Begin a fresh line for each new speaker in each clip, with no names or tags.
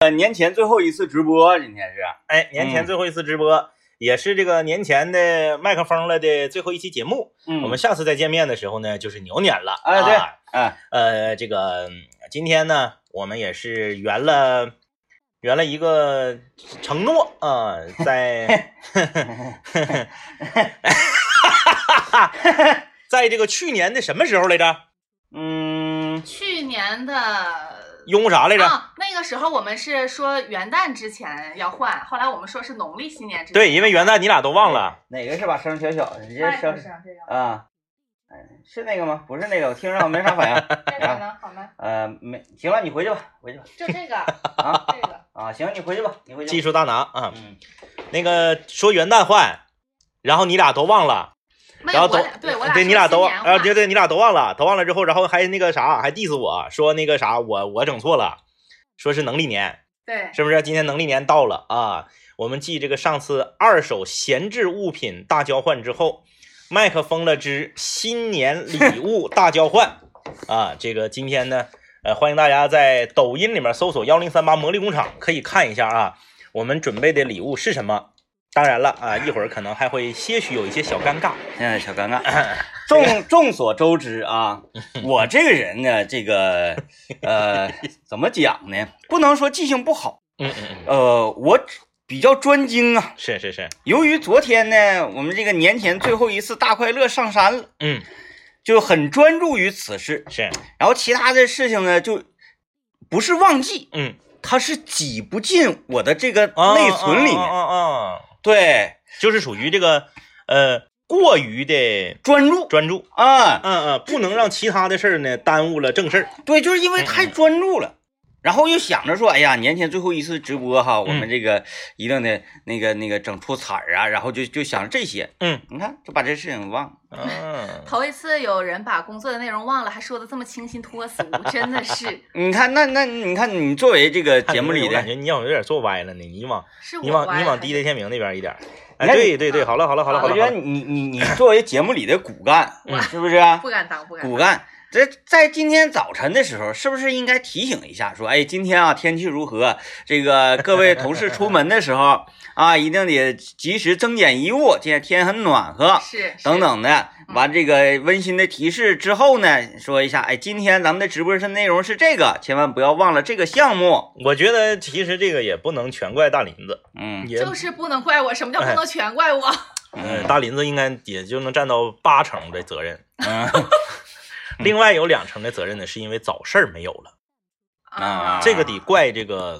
呃，年前最后一次直播，今天是
哎，年前
嗯
最后一次直播，也是这个年前的麦克风了的最后一期节目。
嗯
我们下次再见面的时候呢，就是牛年了。
哎对
啊
哎，
呃，这个嗯今天呢，我们也是圆了圆了一个承诺啊、 在在这个去年的什么时候来着？
嗯，
去年的啊，
拥啥来着？
那个时候我们是说元旦之前要换，后来我们说是农历新年之前。
对，因为元旦你俩都忘了。
哪个是把声小小的？你这
哎
声
不是啊这个
啊，嗯，是那个吗？不是那个，我听着好像没啥反 应。
这个呢？好
啊
吗？
呃，没，行了，你回去吧，回去吧。
就这个
啊，
这个
啊，行，你回去吧，你回去吧。
技术大拿啊，
嗯，
那个说元旦换，然后你俩都忘了。
没有。
然后
我
都
俩对我俩
对
说
你俩
新
都
年
啊，
话
对对，你俩都忘了，都忘了之后，然后还那个啥，还 diss 我说那个啥，我我整错了，说是农历年，
对
是不是？今天农历年到了啊，我们继这个上次二手闲置物品大交换之后，麦克风了之新年礼物大交换啊，这个今天呢，呃，欢迎大家在抖音里面搜索幺零三八魔力工厂，可以看一下啊，我们准备的礼物是什么。当然了啊，一会儿可能还会些许有一些小尴尬。
现在哎小尴尬。 众众所周知啊， 我这个人呢，这个 呃，怎么讲呢？不能说记性不好，
嗯嗯嗯，
呃，我比较专精啊。
是是是，
由于昨天呢，我们这个年前最后一次大快乐上山了，
嗯。啊
就很专注于此事，
是，
然后其他的事情呢，就不是忘记，
嗯，
它是挤不进我的这个内存里
啊
面。
啊啊啊
对，
就是属于这个呃过于的
专注
专注，
啊，
嗯嗯，不能让其他的事儿呢耽误了正事儿，
对，就是因为
嗯
太专注了。然后又想着说，哎呀，年前最后一次直播哈，我
嗯
们这个一定得那个那个整出彩儿啊，然后就就想着这些，
嗯，
你看就把这事情忘了。
嗯，
头一次有人把工作的内容忘了，还说的这么清新脱俗，真的是
你看那那你看你作为这个节目里
我感
的，
觉你好像有点做歪了呢，你往
是
你
我
往
歪
你往
还
地
是
雷天明那边一点儿，哎，
那你
对对对，好了好了好了好
我
了
觉
好
得
了，
你你你作为节目里的骨干
嗯，
是不是啊？
不敢当不敢
骨
当。
干，这在今天早晨的时候，是不是应该提醒一下，说，哎，今天啊天气如何？这 个各位同事出门的时候啊，一定得及时增减衣物，今天天很暖和，
是是
等等的。
嗯
完这个温馨的提示之后呢，说一下，哎，今天咱们的直播是内容是这个，千万不要忘了这个项目。
我觉得其实这个也不能全怪大林子，
嗯
也
就是不能怪我，什么叫不
哎
能全怪我？
嗯
嗯
大林子应该也就能占到八成的责任，
嗯，
另外有两成的责任呢是因为早事儿没有了。
啊
这个得怪这个，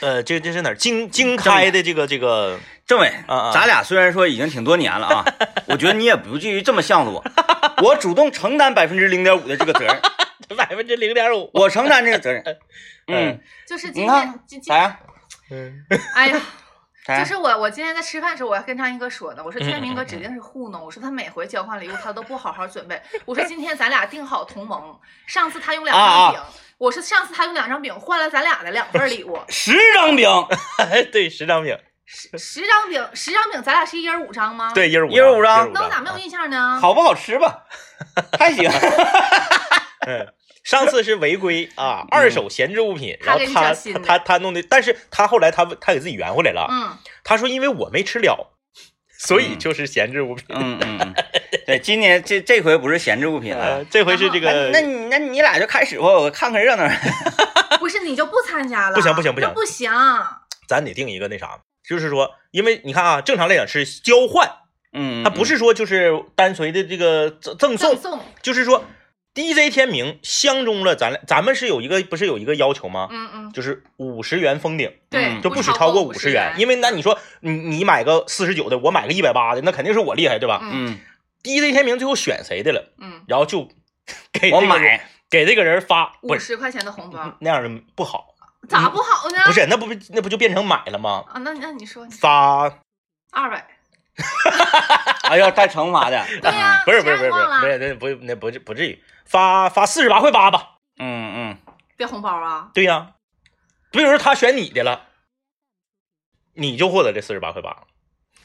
呃，这这是哪儿？经经开的这个这个，
政委
啊啊，
咱俩虽然说已经挺多年了啊，我觉得你也不至于这么向着我，我主动承担百分之零点五的这个责任。
百分之零点五。
我承担这个责任。嗯
嗯，
就是今
你看
天今今
咋样？
嗯
哎呀。
咋
就
样？
是我，我今天在吃饭的时候，我还跟张一哥说呢，我说
嗯
天明哥指定是糊弄，我说他每回交换礼物他都不好好 准备，我说今天咱俩定好同盟，上次他用两
啊啊，
张饼，我说上次他用两张饼换了咱俩的两份礼 物
十张饼，
嗯
哎，对，十张饼，
十十张饼，十张饼咱俩是一人五张吗？，
对，一人五
一人五张
那我咋没有
啊
印象呢？
好不好吃吧？还 行。
嗯，上次是违规
嗯
啊，二手闲置物品，然
他
后
给你
他
讲新的
他他弄的，但是他后来他他给自己圆回来了，
嗯，
他说因为我没吃了，所以
嗯
就是闲置物品。
嗯嗯嗯，对，今年这这回不是闲置物品
呃，
了。
这回是这
哎
个
那你那你俩就开始吧，我看看热闹。
不是你就不参加了？
不行不行不行
那不行，
咱得定一个那啥，就是说，因为你看啊，正常来讲是交换，
嗯，
它不是说就是单纯的这个赠赠送
赠，送，
就是说，DJ 天明相中了咱俩，咱们是有一个不是有一个要求吗？
嗯嗯，
就是五十元封顶，
对，
嗯就不
不
许
超
超过
五
五十
元
元，，因为那你说你你买个四十九的，我买个一百八的，那肯定是我厉害，对吧、
嗯
嗯，
d j 天明最后选谁的了，
嗯，
然后就给
嗯我
这个人
买，
给这个人发，
五
不是
十块钱的红包
那样的不好，
咋不好呢？
不是那不那不就变成买了吗？
啊，那那你说
发
二百。
哎呀，带惩罚的。
对呀、
不是不
谁
是
让
不是
你
不是
忘
不是那
了
不那不不至于发发四十八块八吧？
嗯嗯，
别红包啊！
对呀、比如说他选你的了，你就获得这四十八块八。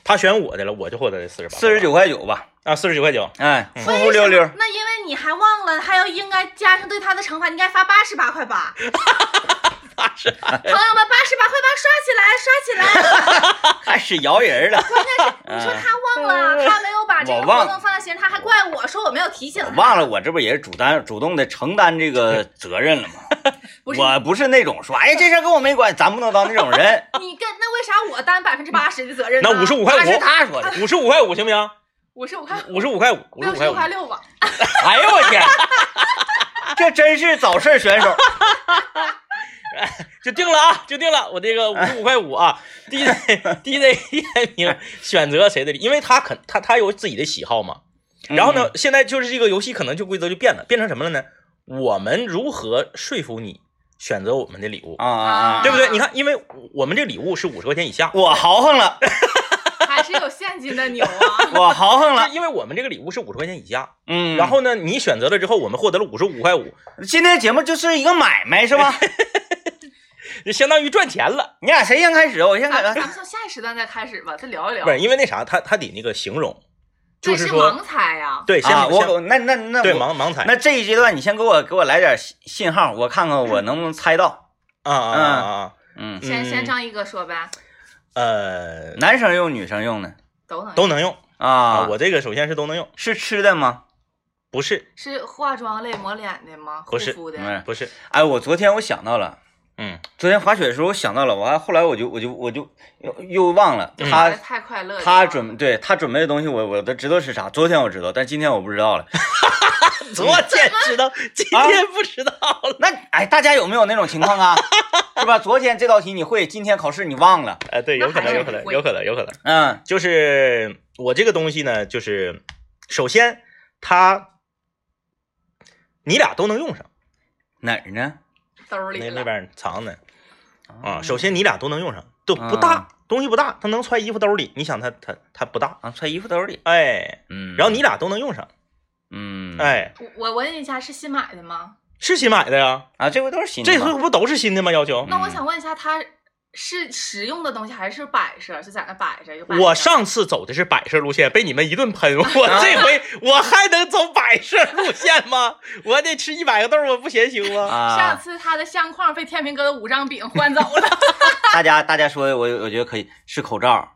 他选我的了，我就获得这四十八，
四十九块九吧。
啊，四十九块九，
哎，
嗯
浮浮溜溜
为什么。那 因为你还忘了，还要应该加上对他的惩罚，你应该发八十八块八。朋友们，八十八块八 刷起来，刷起来！
还是摇人嗯了。
你说他忘了，他没有把这
我
个
忘
活动放在心上，他还怪我说我没有提醒
我
他。
忘了，我这不也是主担主动的承担这个责任了吗？
不是
我不是那种说，哎，这事儿跟我没关系，咱不能当那种人。
你跟那为啥我担百分之八十的责任呢？
那55块
那是他说的。
五十五块五行不行？
五十五块，
五十五块五，五十
六
五
十
块
五
五。
块六吧。
哎呦我天，这真是早市选手。
就定了啊，就定了，我这个五十五块五啊 ，DJ DJ 叶明选择谁的礼，因为他肯他他有自己的喜好嘛。
嗯
然后呢，现在就是这个游戏可能就规则就变了，变成什么了呢？我们如何说服你选择我们的礼物，
啊啊啊！
对不对？你看，因为我们这礼物是五十块钱以下，
我豪横了，
还是有现金的 牛啊！
我豪横了
是。因为我们这个礼物是五十块钱以下。
嗯，
然后呢，你选择了之后，我们获得了五十五块五，
今天节目就是一个买卖是吧？
就相当于赚钱了。
你俩谁先开始？我先
咱
开
们
始。
咱们从下一时段再开始吧，再聊一聊
不。是因为那啥，他他得那个形容，
这
就是说
盲猜呀，
对，先
啊，
先
我那那那
对
我
盲盲猜
那这一阶段你先给我给我来点信信号，我看看我能不能猜到。
啊啊啊啊啊！
嗯，
先先
嗯
张一哥说呗，
呃，
男生用女生用的
都能
都能用
啊？
我这个首先是都能用，
是吃的吗？
不是
是化妆类抹脸的吗？
不是
护肤的，
嗯，
不是，
哎，我昨天我想到了。
嗯，
昨天滑雪的时候，我想到了，我还后来我就我就我就又又忘了
嗯
他、
太快乐了。
他准对他准备的东西我，我都知道是啥。昨天我知道，但今天我不知道了。
昨天知道，嗯今
啊
天不 知道了。
那哎，大家有没有那种情况 啊？是吧？昨天这道题你会，今天考试你忘了。
哎，对，有可能，
那还是
有可能，
会
有可能，有可能，
嗯
就是我这个东西呢，就是首先它，你俩都能用上，
哪儿呢？
兜里
那
了
那边藏呢
嗯
啊。首先你俩都能用上，都不大
啊，
东西不大，它能揣衣服兜里。你想它它它不大，
啊，揣衣服兜里。
哎，
嗯，
然后你俩都能用上，
嗯
哎，
我我问一下，是新买的吗？
是新买的呀，
啊，这回都是新的
这
吧。
回不都是新的吗？要求
那我
嗯
想问一下，它是实用的东西还是摆设？就在那摆着有摆设。
我上次走的是摆设路线，被你们一顿 喷。我这回我还能走摆设路线吗？我得吃一百个豆，我不嫌腥吗？
上
啊，
次他的相框被天明哥的五张饼换走了，
大家大家说的，我我觉得可以是口罩。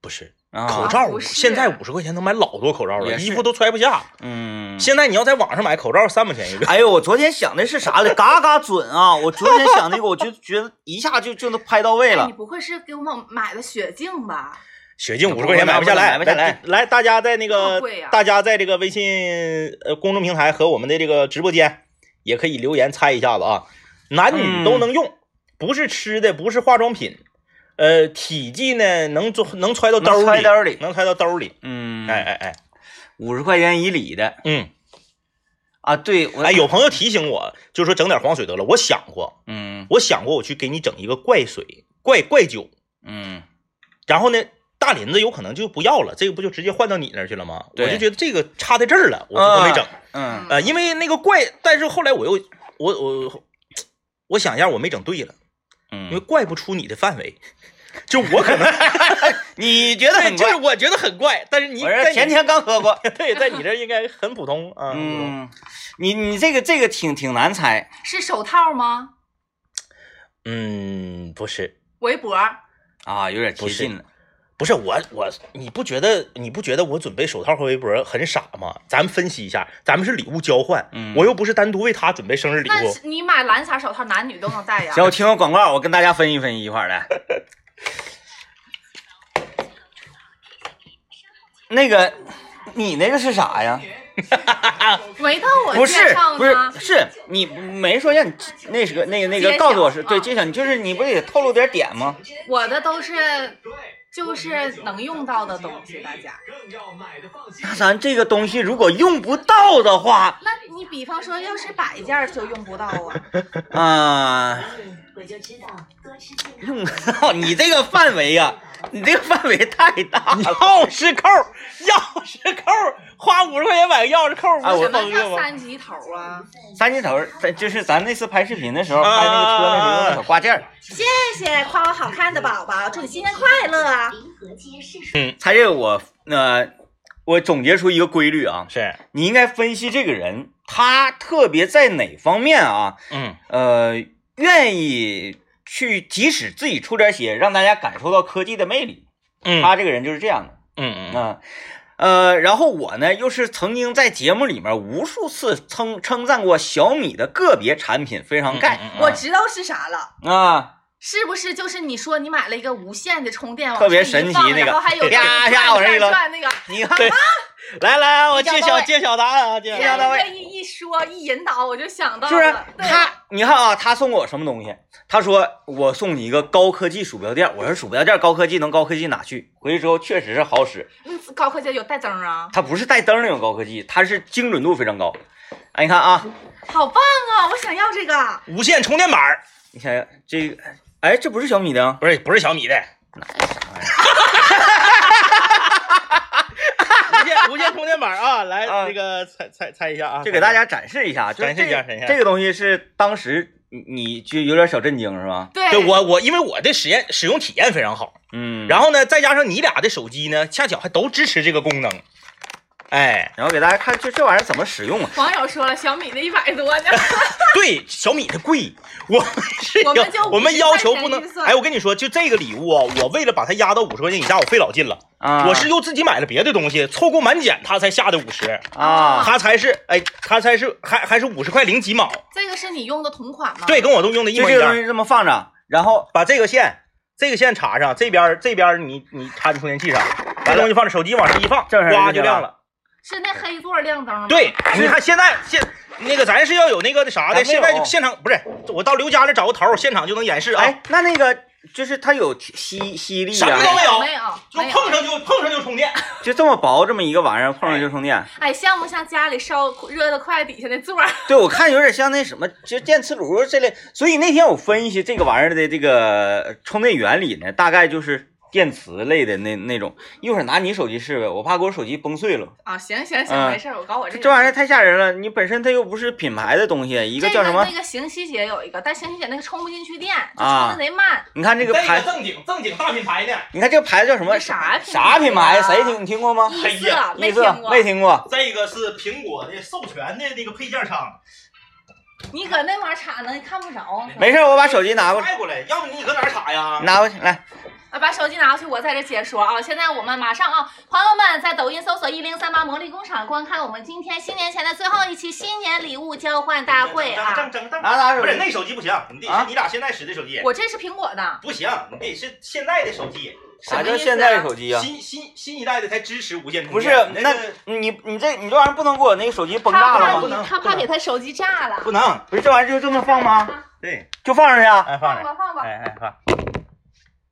不是，
啊、
口罩
不是
现在五十块钱能买老多口罩了，
也是
衣服都揣不下。
嗯，
现在你要在网上买口罩，三毛钱一个。
哎呦，我昨天想的是啥来？嘎嘎准啊！我昨天想那个，我就觉得一下就就能拍到位
你
了。
不会是给我们买的雪镜吧？
雪镜五十块钱买不下来，
买不下来买不
来，大家在那
这么
个
贵啊呀，
大家在这个微信呃公众平台和我们的这个直播间，也可以留言猜一下子啊。男女
嗯
都能用，不是吃的，不是化妆品，呃，体积呢能做能揣到兜
能揣
里，
兜里
能揣到兜里。
嗯，
哎哎哎，
五十块钱以里的
嗯，
啊，对，我
哎，有朋友提醒我，就说整点黄水得了。我想过，
嗯
我想过我去给你整一个怪水、怪怪酒，
嗯，
然后呢，大林子有可能就不要了，这个不就直接换到你那儿去了吗？我
对
就觉得这个差在这儿了，我就没整。
嗯
呃，因为那个怪，但是后来我又我我我想一下，我没整对了，因为
嗯，
怪不出你的范围，就我可能
你觉得
对，
很
就是
贵？
我觉得很怪，但是你
我
在
这
你
前天刚喝过。
对，在你这儿应该很普通啊，很普通
嗯，你你这个这个挺挺难猜，
是手套吗？
嗯，不是
围脖？
啊，有点贴近了。
不是我我你不觉得你不觉得我准备手套和围脖很傻吗？咱们分析一下，咱们是礼物交换，
嗯
我又不是单独为他准备生日礼
那
物，
是你买蓝色手套，男女都能戴呀？
行，我听个广告，我跟大家分析分析一块儿 来。那个，你那个是啥呀？
没到我
不
肩
是
上
不是
呢。
是你没说让你那是个那个那个
揭
告诉我
晓
是对
啊
揭晓，你就是你不得透露点点吗？
我的都是就是能用到的东西，大家。
那咱这个东西如果用不到的话，
那你比方说，要是摆件儿就用不到啊，
啊、
我就知道多吃健康。
用不到你这个范围呀、你这个范围太大 了。
钥匙扣，钥匙扣，花五十块钱买个钥匙扣，
哎
不
我
是
什
疯
么
了
叫
吗？
三级头啊？
三级头儿，咱就是咱那次拍视频的时候，
啊
拍那个车那时候用那小挂件儿，
谢谢夸我好看的宝宝，祝你啊新年快乐啊！
临河街是属
猜这个我呃，我总结出一个规律啊，
是，
你应该分析这个人他特别在哪方面啊，
嗯
呃，愿意去，即使自己出点血，让大家感受到科技的魅力。
嗯
他这个人就是这样的
嗯嗯
啊。呃，然后我呢，又是曾经在节目里面无数次称称赞过小米的个别产品非常盖
嗯嗯嗯
我知道是啥了，
啊，
是不是就是你说你买了一个无线的充电，往
特别
上一
神奇
放
那个
然后还有
啪啪往上一
转
扔
转那个，
你看
对来来，我
一
揭
讲到
晓
位
揭晓答案啊！揭晓
一讲
答
到
案。
位
这一一说一引导，我就想
嗯
到
是不是
了，？对
他，你看啊，他送我什么东西？他说我送你一个高科技鼠标垫。我说鼠标垫高科技能高科技哪去？回去之后确实是好使，
嗯高科技有带灯啊，
它不是带灯那种高科技，它是精准度非常高。哎，你看啊，
好棒啊！我想要这个，
无线充电板儿
你想想这个，哎，这不是小米的啊，
不是不是小米的，
哎
无线无线充电板儿啊！来，
啊
那个猜猜猜一下啊，
就给大家展示一下，就是
展示一下
这
展示一
个
下
这个东西是当时你你就有点小震惊是吧？
对
对我我因为我的实验使用体验非常好，
嗯，
然
后
后呢，再加上你俩的手机呢，恰巧还都支持这个功能，哎，
然后给大家看这这玩意儿怎么使用啊？
网友说了，小米的一百多呢，
对，小米的贵，我们是
我们就
要我们
50
要求
块钱
不能
预，算
哎，我跟你说，就这个礼物啊，我为了把它压到五十块钱以下，我费老劲了，
啊，
我是又自己买了别的东西，凑够满减，它才下的五十，
啊，
它才是哎，它才是还还是五十块零几毛，
这个是你用的同款吗？
对，，跟我都用的一
就
模一
这个东
样，
西这么放着，然后
把这个线。这个线插上，这边儿这边儿你你插你充电器上，完了东西放着，手机往这一放，
这玩意儿
呱
就
就
亮
亮了。
是那黑座亮灯吗？
对，你看现在现那个咱是要有那个啥的，
咱没有
现在就现场不是，我到刘家那找个头儿，现场就能演示啊。
哎，那那个就是它有吸吸力
啥
啊
都，没有
没有，
就
哎
没有
碰上就碰上就充电。
就这么薄这么一个玩意儿，碰上就充电。
哎，像不像家里烧热的快底下那座儿？
对，我看有点像那什么，就电磁炉这类。所以那天我分析这个玩意儿的这个充电原理呢，大概就是电磁类的那那种。一会儿拿你手机试呗，我怕给我手机崩碎了。
啊，行行行，
嗯
没事儿，我搞我这
这
个。
这玩意儿太吓人了，你本身它又不是品牌的东西，一
一
个叫什么
那？个行西姐有一个，但行西姐那个充不进去电，就充
啊
的贼慢。
你看这
这
个牌，
正经正经大品牌呢，
你看这个牌子叫什么？
这啥品牌啊
啥品牌？谁听你听过吗？
异
哎
色
呀
没
异
听
色
过，嗯
没听过。
这个是苹果的授权的那个配件厂，
你搁那玩意儿插呢，你看不着。
没事，我把手机拿过来，
带过来，要不你搁哪儿插
嗯
呀？
拿过去来。
啊，把手机拿过去，我在这解说啊。现在我们马上啊，朋友们在抖音搜索“一零三八魔力工厂”，观看我们今天新年前的最后一期新年礼物交换大会啊。
正正正，
拿拿手
不是
机。
那手机不行，你得
啊
是你俩现在使的手机
我这是苹果的，
不行，你得是现在的手机，
什
啥
么
叫
意思
现在手机啊？
新新新一代的才支持无线充
不是
电。，
那
个
你你这你这玩意儿不能给我那个手机崩
他
炸
怕
了
不
吗？
能
你，他
不
怕
能
给他手机炸了。
不能，
不是，这玩意儿就这么放吗？
对，
就放上去啊？
哎放
放
着，
吧放吧，
哎哎放。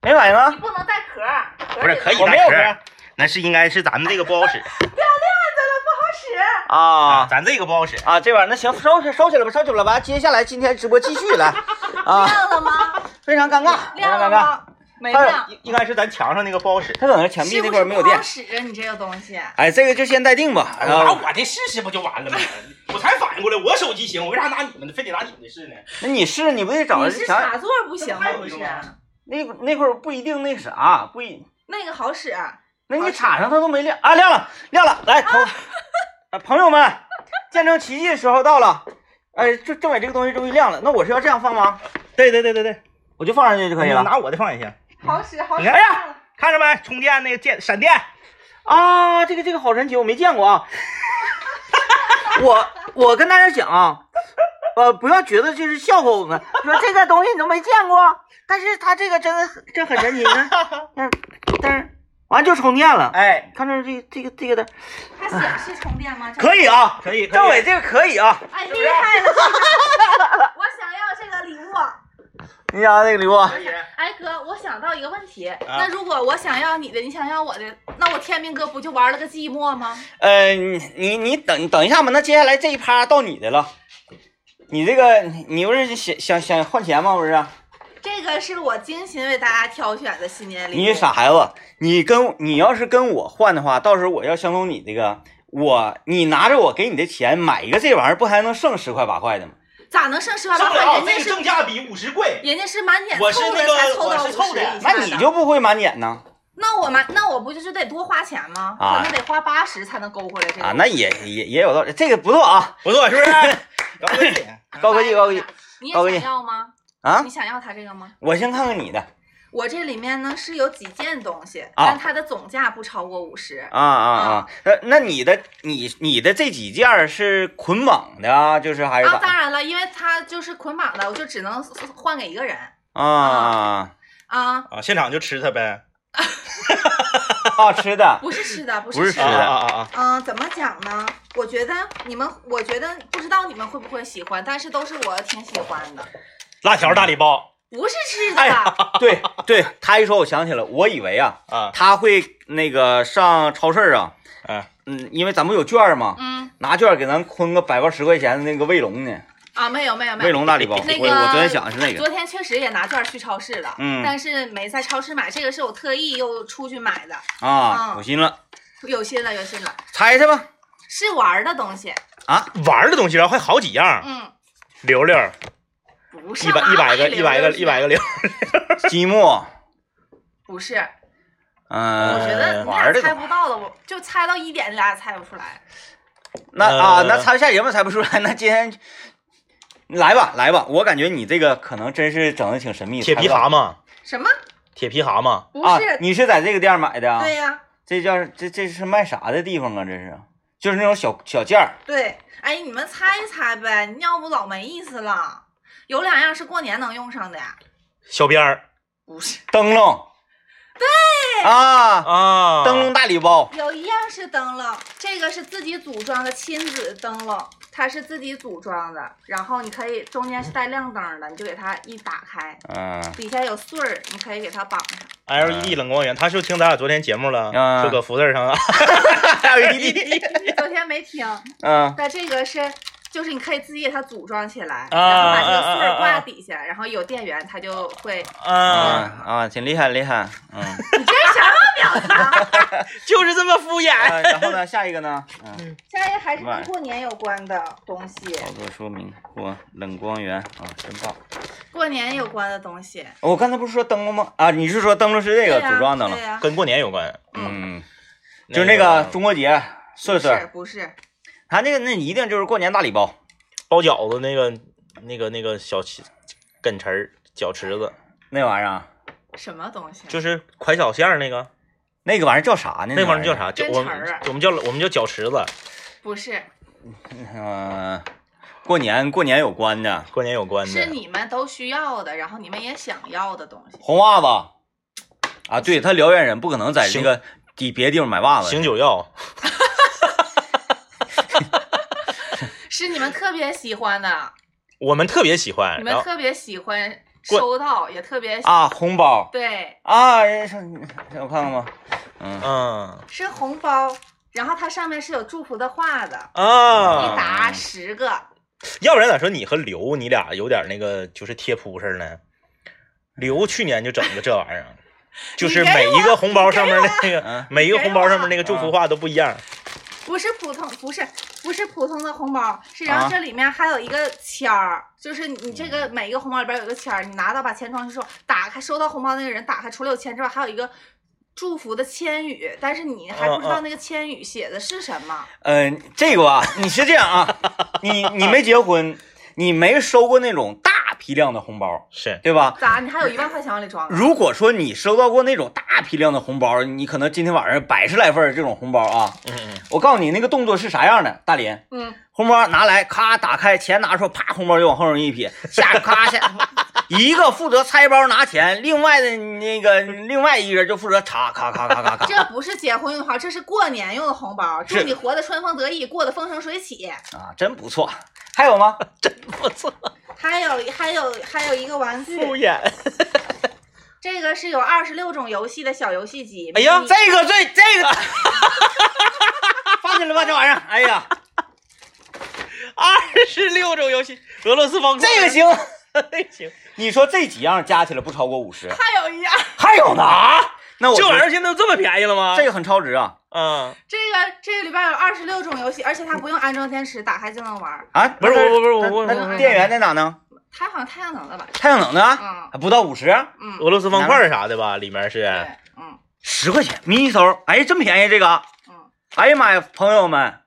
没反应
你
啊？
不能带壳儿，
不是可以
我没有
带壳
壳
儿那是应该是咱们这个不好使
使。
啊
咱这个不好使。
啊！这玩意儿那行，收起收起来吧，收起来吧。接下来今天直播继续来啊，
亮了吗？
非常尴尬，非
亮
常
了
尴尬。
吗？没
还有
亮。
应应该是咱墙上那个不好使。
他可能是墙壁
是
那
不
块
是
儿没有
不
电
好。使啊？你这个东西，
哎，这个就先待定吧。啊然
拿
后，
我的试试不就完了吗？我才反应过来，我手机行，我为啥拿你们的，非得拿你们的试呢？
那你试，你不得找
你
人
是
墙
插座不行吗？不是，
啊
那那块儿不一定那啥，不一，
那个好使。啊
那你插上它都没亮啊，亮了，亮了。来，朋啊朋友们，见证奇迹的时候到了。哎，这政委这个东西终于亮了。那我是要这样放吗？
对对对对对，
我就放上去就可以了。
拿我的放也行。
好使，好使。
你看哎呀看着没？充电那个电闪电，
啊，这个这个好神奇，我没见过啊。 我我跟大家讲啊，呃，不要觉得就是笑话我们，说这个东西你都没见过，但是它这个真的很这很神奇，你看，但但是完就充电了。
哎，
看这这这个这个的，
它显示充电吗？
哎可以啊，
可以可以
政委这个可以啊。
哎，厉害了！这个我想要这个礼物。
你想那个礼物，
可以。
哎哥，我想到一个问题，
啊
那如果我想要你的，你想要我的，那我天明哥不就玩了个寂寞吗？
呃，你你你等等一下吧，那接下来这一趴到你的了。你这个你你不是想想想换钱吗？不是，啊
这个是我精心为大家挑选的新年礼物。
你傻孩子，你跟你要是跟我换的话，到时候我要相中你这个，我你拿着我给你的钱买一个这玩意儿，不还能剩十块八块的吗？
咋能剩十万
挣
八
不
块？
了，
人
啊
家
这个
是
正价比五十贵。
人家是满点
我是
凑
那
的
个
才凑到
我
五
是凑
十
的
以下
那
的，
你就不会满减呢？
那我们那我不就是得多花钱吗？
啊
可能得花八十才能勾回来这个
啊，那也也也有道理，这个不错啊，
哎不错，是不是？
高科技高科技。
你
高哥你
也想要吗？
啊
你，想要它这个吗？
我先看看你的
我这里面呢是有几件东西，
啊
但它的总价不超过五十。
啊啊啊，呃，那你的你你的这几件儿是捆绑的啊，就是还是
啊，
咋
当然了，因为它就是捆绑的，我就只能换给一个人
啊啊
啊，
啊，现场就吃它呗。
啊吃的，
不是吃的，不
不是
是吃
啊
吃的
的。
啊啊啊！
嗯、怎么讲呢？我觉得你们，我觉得不知道你们会不会喜欢，但是都是我挺喜欢的，
辣条大礼包
不是吃的。
哎呀对对，他一说我想起来，我以为啊
啊，
他会那个上超市啊，
嗯，
嗯，因为咱不有券儿嘛，
嗯
拿券儿给咱坤个百块十块钱的那个卫龙呢，
啊，没有没有没有，
卫龙大礼包，
那个
我我昨天想的是那个，
昨天确实也拿券去超市了，
嗯
但是没在超市买，这个是我特意又出去买的，
啊，
嗯
有心了，
有心了有心了，
猜猜吧，
是玩儿的东西，
玩儿的东西，然后还好几样，
嗯，
溜溜儿
不是
一百一百个一百个一百个
个，
溜，
积木，
不是，我觉
嗯，
得你
玩儿的
俩猜不到了，我就猜到一点，你俩猜不出来，
那啊，
呃
那猜不下节目猜不出来， 那今天你来吧，来吧，我感觉你这个可能真是整的挺神秘的。
铁皮
猜
蛤蟆，
什么？
铁皮蛤蟆，
不
不
到
是，
啊，你是在这个店儿买的啊？
对呀、
这叫这这是卖啥的地方啊？这是就是那种小小件儿
对，哎，你们猜一猜呗，你要不老没意思了。有两样是过年能用上的呀，
小鞭儿
不是，
灯笼，对啊，
啊，
灯笼大礼包，
有一样是灯笼，这个是自己组装的亲子灯笼，它是自己组装的，然后你可以中间是带亮灯的，你就给它一打开，
嗯
底下有穗儿，你可以给它绑上。
LED E 冷光源，他是不是听咱俩昨天节目了？
啊
说搁福字儿上啊
，LED，
你昨天没听，
嗯
那这个是。就是你可以自己给它组装起
啊
来，然后把这个穗
啊啊
儿
啊
挂底下，然后有电源，它就会。
啊
啊，
啊，挺厉害厉害，嗯，
你这是什么表情？
就是这么敷衍。
啊然后呢，下一个呢，嗯。
下一个还是跟过年有关的东西，
操作说明光冷光源啊，真棒！
过年有关的东西。
哦我刚才不是说灯笼吗？啊，你是说灯笼是这
对
个
呀，
组装灯笼
对？呀，啊
跟过年有 关，
嗯，就是那个中国结
不
顺
是
顺，
不是，
他那个那一定就是过年大礼包
包饺子那个那个那个小糍梗糍儿、饺糍子，
那玩意儿啊，
什么东西？
就是快小馅儿那个，
那个玩意儿叫啥呢？
那玩意儿叫？啥？就
真
我
糍儿
们
啊
我们叫我们叫饺糍子，
不是，
嗯，过年过年有关的
过年有关的。
是你们都需要的，然后你们也想要的东西。
红袜子啊，对他辽源人不可能在这个地别地方买袜
醒
子。
酒药，
是你们特别喜欢的，
我们特别喜欢。
你
哎然
们
后
特别喜欢
过
收到，也特别喜
啊，红包
对，
啊，人家让我看看吧，嗯
嗯
是红包，然后它上面是有祝福的话的，一
啊，
沓十个。
要不然咋说你和刘你俩有点那个就是贴扑似呢？刘去年就整个这玩意 儿，就是
你给
每一个红包上面那
嗯
个每一个红包上面那个祝
啊
福话都不一样。
不是普通，不是不是普通的红包，是然
啊
后这里面还有一个签儿，就是你这
嗯
个每一个红包里边有一个签儿，你拿到把钱装上之后，打开收到红包那个人打开，除了有签之外，还有一个祝福的签语，但是你还不知
嗯
道那个签语写的是什么。
嗯、这个吧，你是这样啊，你你没结婚，你没收过那种大批量的红包，
是，
对吧？
咋？你还有一万块钱往里装啊？
如果说你收到过那种大批量的红包，你可能今天晚上百十来份儿这种红包啊，
嗯嗯。
我告诉你那个动作是啥样的，大林。
嗯，
红包拿来，咔打开，钱拿出，啪，红包就往后容一撇，下咔下，一个负责拆包拿钱，另外的那个另外一个人就负责查，咔咔咔咔咔
这不是结婚用的红包，这是过年用的红包。祝
是
你活得春风得意，过得风生水起。
啊，真不错。还有吗？
我操，
还有还有还有一个玩具，
敷衍！
这个是有二十六种游戏的小游戏机。
哎呀
迷你
这个最这 个，放进来吧，这玩意儿。哎 呀，
二十六种游戏，俄罗斯方块，
这个行。
那 行，
你说这几样加起来不超过五十，
还有一样。
还有呢？那啊我
这玩意
觉
儿现在都这么便宜了吗？
得这个很超值 啊
嗯，
这个这个里边有二十六种游戏，而且它不用安装电池，打开就能玩儿。
啊！
不是
那
我不是我
那
我
那
我
电源在哪呢？
它好像太阳能的吧？
太阳能的啊，
嗯
还不到五十，
嗯，
俄罗斯方块啥的吧，里面是
对，嗯
十块钱迷你手，哎，真便宜这个。
嗯，
哎呀妈呀，朋友们，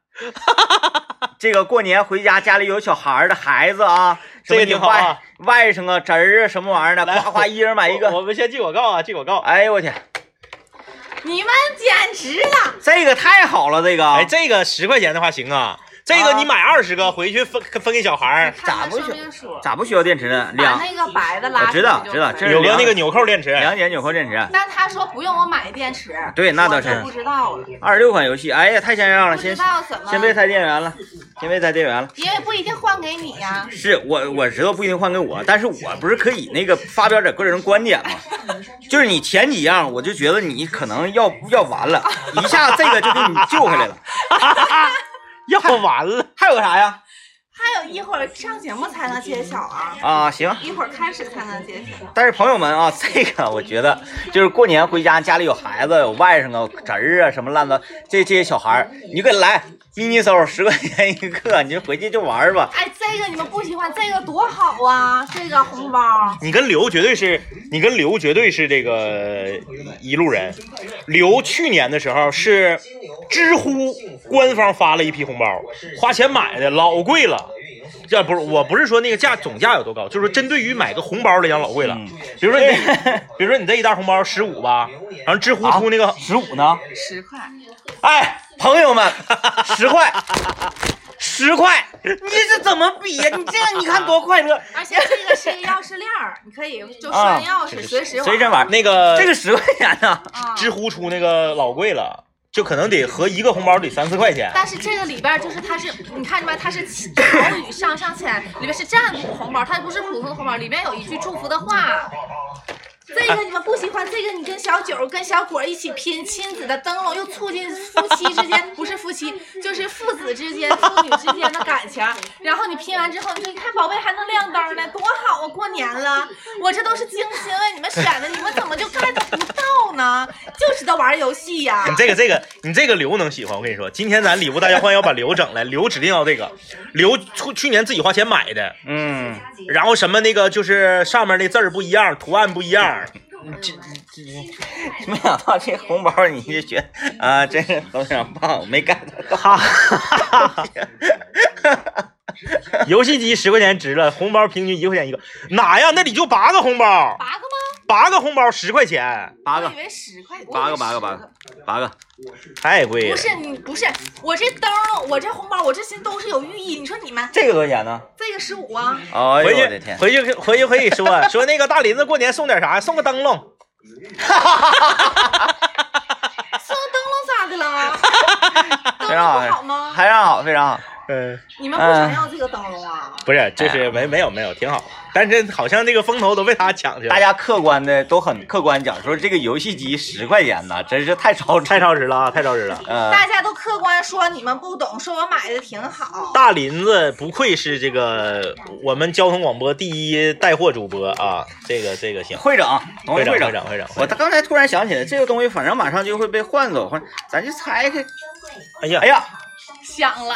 这个过年回家家里有小孩儿的孩子啊，什
这
么
个
你
挺好
外
啊。
外甥啊、侄儿啊什么玩意儿的，
来
夸夸一人买一
我
个。
我们先记广告啊，记广告。
哎呦我天，
你们简直了！
这个太好了，这个
哎，这个十块钱的话行啊，这个
啊
你买二十个回去分分给小孩儿，
哎咋
看看
不
说
去
明书，
咋不需要电池呢？
把
两
那个白的
我
拉
知道知道这是
有个
两
那个纽扣电池。
两点九块电池，啊
但他说不用我买电池，
对那倒
我就是不知道了，
二十六款游戏，哎呀，太像样了，
不知
先
道怎么，
先别拆电源了，先别拆电源了。
因为不一定换给你呀、
是我我知道不一定换给我，但是我不是可以那个发表点个人观点吗？就是你前几样，我就觉得你可能要要完了，一下这个就给你救回来了。
要完了，
还有啥呀？
还有一会儿上节目才能揭晓啊，
啊，行。
一会儿开始才能揭晓。
但是朋友们啊， 这个我觉得就是过年回家，家里有孩子、有外甥啊、侄儿啊什么烂的，这这些小孩儿，你给来迷你手十块钱一个，你就回去就玩儿吧。
哎，这个你们不喜欢，这个多好啊！这个红包，
你跟刘绝对是，你跟刘绝对是这个一路人。刘去年的时候是知乎官方发了一批红包，花钱买的，老贵了。这不是，我不是说那个价总价有多高，就是说针对于买个红包来讲老贵了。
嗯
比如说你这，比如说你这一袋红包十五吧，然后知乎出那个，
十五呢？
十块，
哎，朋友们， 十块，十块，你这怎么比呀、你这样你看多快 乐，
而且这个是钥匙链儿，你可以就拴钥匙，随时
啊随身
玩。
玩。
那个
这个十块钱呢？
啊，
知乎出那个老贵了，就可能得合一个红包得三四块钱。
但是这个里边儿就是它是，你看着吧，它是岛屿上上签，里面是占卜红包，它不是普通的红包，里面有一句祝福的话。这个你们不喜欢，这个你跟小九儿跟小果儿一起拼亲子的灯笼，又促进夫妻之间不是夫妻，就是父子之间、父女之间的感情。然后你拼完之后，你说你看宝贝还能亮灯呢，多好啊！过年了，我这都是精心为你们选的，你们怎么就 get 不到呢？就知道玩儿游戏 呀、
你这个这个你这个刘能喜欢，我跟你说，今天咱礼物大交换要把刘整来，刘指定要这个，刘出去年自己花钱买的，
嗯，
然后什么那个就是上面那字儿不一样，图案不一样，
嗯
没想到这红包你就觉得啊，真是头想棒，我没 get 到。
哈哈 哈！游戏机十块钱值了，红包平均一块钱一个，哪呀？那里就八个红包，
八个吗？
八个红包十块钱，
八
我以为十块，我以为
八个八个
10
八个。八个，
太贵了。
不是你不是我这灯笼，我这红包，我这心都是有寓意。你说你们
这个多少钱呢？
这个十五啊，
哎
回
呦
去
我的天！
回去回去可以说说那个大林子过年送点啥？送个灯笼。
送灯笼咋的了？ 灯
非常
笼不
好
好，吗？
还让好，非常好。
嗯，
你们不想要这个灯笼啊？
不是，就
哎
是没没有没有，挺好。但是好像这个风头都被他抢去了，
大家客观的都很客观讲说，这个游戏机十块钱呐，真是太超
太。超值了啊，太超值了。
嗯、
大家都客观说你们不懂，说我买的挺好。
大林子不愧是这个我们交通广播第一带货主播啊，这个这个行。
会长，董
会
事
长
长
会。长会长，
我刚才突然想起来，这个东西反正马上就会被换走，换咱就猜开。
哎呀
哎，呀，
想了，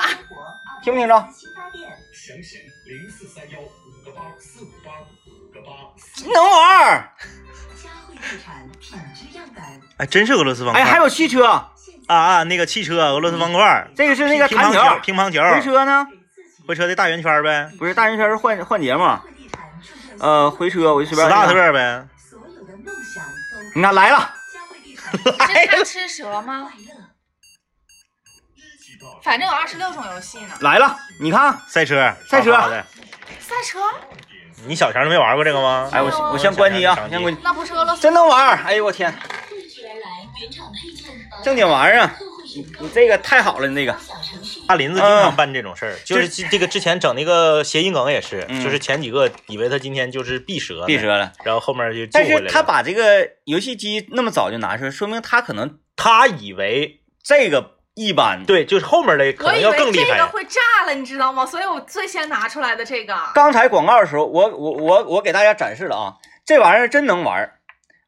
听不听着？
详询零四三幺五个八四五八五个八四。
能玩儿？
嘉汇地产品质样板，
哎，真是俄罗斯方块。
哎，还有汽车，
现
啊啊，那个汽车，俄罗斯方块，
这个是那个
乒
弹
乓
球，
球，乒乓球，
回车呢？
回车的大圆圈呗，
不是大圆圈是换换节嘛？
汇地产注册
呃，回车我就随
斯
便。
大特呗。
所有的梦想都
你看来了，
嘉汇地产
是贪吃蛇吗
快？乐。
反正有二十六种游戏呢。
来了，你看，
赛车，
赛车
好好的
赛车
你小前儿没玩过这个吗？嗯
哎，我先我先关机啊，先关机。
那不是俄罗斯
真能玩儿！哎呦我天，正经玩意儿啊！你这个太好了，你这个
大林子经常办这种事儿，就是这这个之前整那个谐音梗也是，
嗯
就是前几个以为他今天就是闭舌，
闭，舌了。
然后后面就救
但
回来
是
了。
他把这个游戏机那么早就拿出来，说明他可能
他以为
这个一般。
对，就是后面的可
我
能
以
要更
为
厉
这个
害。
会炸了，你知道吗？所以我最先拿出来的这个，
刚才广告的时候，我我我我给大家展示了啊，这玩意儿真能玩儿，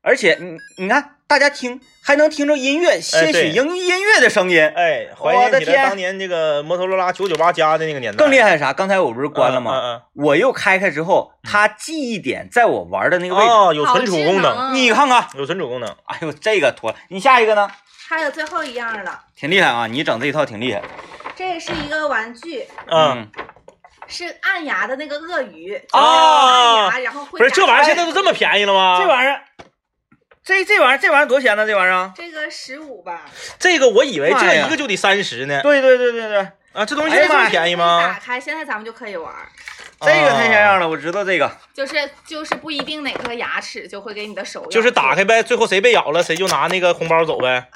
而且你你看，大家听还能听着音乐，些许
哎对
音音乐的声音，
哎，怀
我的
念起
天
来当年那个摩托罗拉九九八加的那个年代，
更厉
害。
害是啥？刚才我不是关了吗？
嗯
我又开开之后，它记忆点在我玩的那
嗯
个
嗯
位置。
哦，有存储功
好智
能，
能
你看看，
有存储功能。
哎呦，这个妥了。你下一个呢？
还有最后一样了，
挺厉害啊，你整这一套挺厉害。
这是一个玩具，
嗯，，
是按牙的那个鳄鱼，就是
啊
按牙然后会
不是这玩意儿现
在
在都这么便宜了吗？
这玩意儿，这这玩意儿这玩意儿多少钱呢？这玩意儿？啊
这个十五吧，
这个我以为
妈
这
呀
一个就得三十呢
对对对对对，
啊，这东西
哎呀
现在这
妈呀
么便宜
可以打
吗？
开，现在咱们就可以玩儿，
这个太像
啊
样了，我知道这个。
就是就是不一定哪颗牙齿就会给你的手咬住，
就是打开呗，最后谁被咬了，谁就拿那个红包走呗。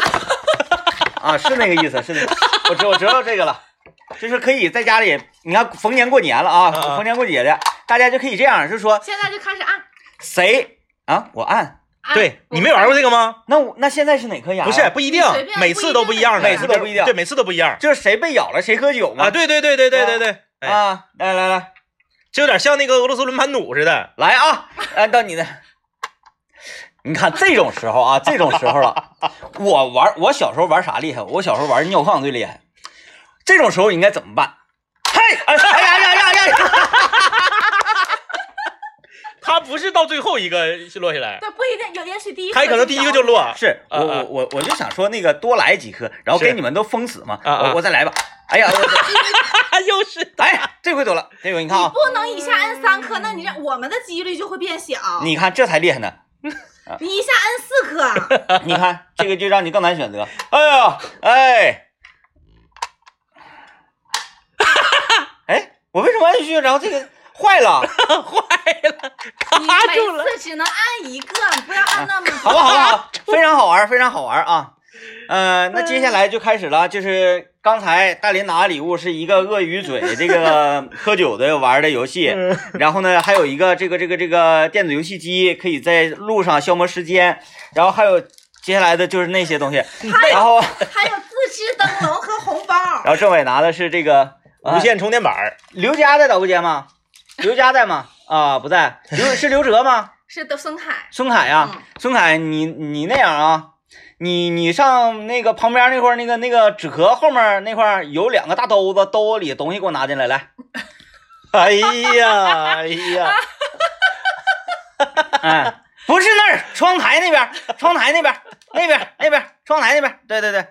啊，是那个意思，是那个，我知我知道这个了，就是可以在家里，你看逢年过年了
啊啊
啊，逢年过节的，大家就可以这样，是说
现在就开始按。
谁啊，我按，
按
对你没玩过这个吗？
那我那现在是哪颗牙呀？
不是，不一定
你随，便
每次都不一样的，
每次都不一样
对，每次都不一样
就是谁被咬了谁喝酒嘛。
啊。对对对对对对对，哎，
啊，来来来
这有点像那个俄罗斯轮盘赌似的。
来啊，来到你的。你看这种时候啊，这种时候了，我玩我小时候玩啥厉害？我小时候玩尿炕最厉害。这种时候应该怎么办？嘿，哎哎呀呀呀呀呀！
他不是到最后一个落下来，
对，不一定，有也许第一
他
颗
可能第一个就
咬
落。
是我
啊啊
我我我就想说那个多来几颗，然后
是
给你们都封死嘛。
啊啊
我我再来吧。哎呀，我
又是
哎，这回多了，这回你看啊，
不能一下摁三颗，那你让我们的几率就会变小。
啊
你看这才厉害呢。
你一下摁四颗，
啊
你看这个就让你更难选择。哎呀，哎， 哎，我为什么按下去？然后这个坏了，
你每次只能按一个，你不要按那么多。
好不好？啊？非常好玩，非常好玩啊！呃，那接下来就开始了，就是刚才大林拿的礼物是一个鳄鱼嘴这个喝酒的玩的游戏，然后呢还有一个这个这个这个电子游戏机，可以在路上消磨时间，然后还有接下来的就是那些东西，然后
还有自制灯笼和红包
然，后政委拿的是这个
无。线充电板儿，
刘佳在导播间吗？刘佳在吗？啊，不在。刘是刘哲吗？
是的，孙凯。
孙凯呀、孙凯，啊你你那样啊，你你上那个旁边那块儿那个那个纸壳后面那块儿有两个大兜子，兜子里东西给我拿进来， 来，
哎呀哎呀，
哎，不是那儿，窗台那边儿，窗台那边儿，那边儿那边儿，窗台那边儿，对对对。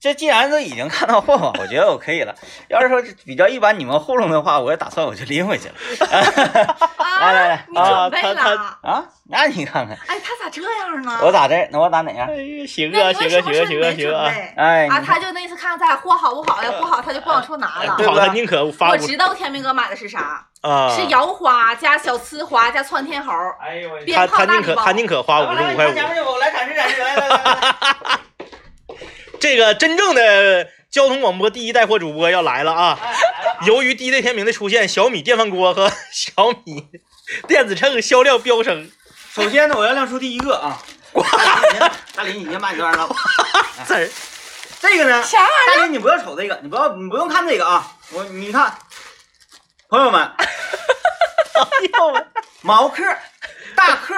这既然都已经看到 混混，我觉得我可以了。要是说比较一般，你们糊弄的话，我也打算我就拎回去了来来来
啊，你准备
啊他
了？
啊。那你看看，
哎，他咋这样呢？
我咋这？那我咋哪样
哎？呀，行
那
啊
你为
行
什
啊
么
行
说
啊行啊
你没
行
准
啊，
备？
哎，
啊，
你
他就那次看咱俩货好不好呀？货好他就不往出拿了
不。
对
好，
吧
他宁可哎发
我
无
知道天明哥买的是啥，
啊，
是摇花加小呲花加窜天猴，
哎呦我
他
鞭
他
炮大
宁
礼
可
包
他。宁可花五十五块
来，前
五。
面有我来展示展示，来来来来。
这个真正的交通广播第一带货主播要来了啊！由于 DJ 天明的出现，小米电饭锅和 小米电子秤销量飙升。
首先呢，我要亮出第一个啊。大林，你先把你这玩意儿了。
字儿，
这个呢，
啥玩意
大林你不要瞅这个，你不要你不用看这个啊。我你看，朋友们，哎毛嗑、大嗑、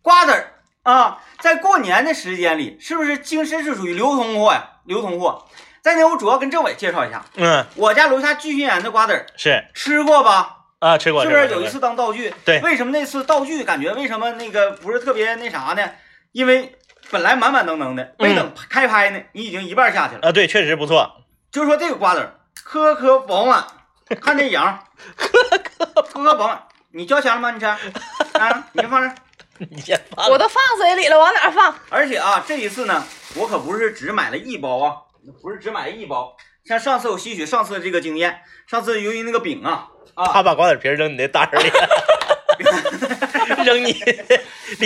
瓜子儿啊，在过年的时间里，是不是京深是属于流通货呀？流通货。在那我主要跟政委介绍一下，
嗯，
我家楼下聚云园的瓜子儿
是
吃过吧？
啊，吃过，
是
吃
不
过
是有一
吃过
次当道具？
对
为什么那次道具感觉为什么那个不是特别那啥呢？因为本来满满登登的，
嗯
没等开拍呢，你已经一半下去了。
啊？对，确实不错。
就是说这个瓜子儿颗颗饱满，看这 瓤，颗颗颗颗饱满。你交钱了吗？你吃？啊，你放这儿。
你先
儿？我都放嘴里了，往哪儿放？
而且啊，这一次呢，我可不是只买了一包啊，不是只买了一包。像上次我吸取上次的这个经验，上次由于那个饼啊啊
他，把瓜子皮儿扔你的袋儿里，扔你礼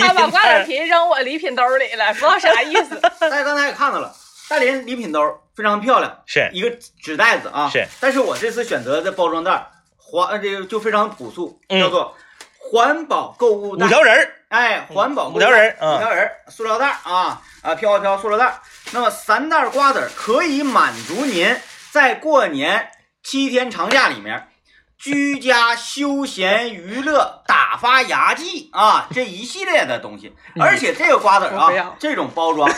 他把
品
瓜
袋
子
儿。
皮扔我礼品兜里了，不知道啥意 思。
大家刚才也看到了，大连礼品兜非常漂亮，
是
一个纸袋子啊。
是，
但是我这次选择的包装袋儿环呃这个就非常朴素，
嗯
叫做环保购物
五
袋。
条人儿，
哎，环保购物
五条人儿
袋五
嗯
条人儿，塑料袋儿啊啊，飘一飘塑料袋儿。那么三袋儿瓜子儿可以满足您在过年七天长假里面。居家休闲娱乐、打发牙祭啊，这一系列的东西，
嗯
而且这个瓜子儿
我不要
啊，这种包装
哦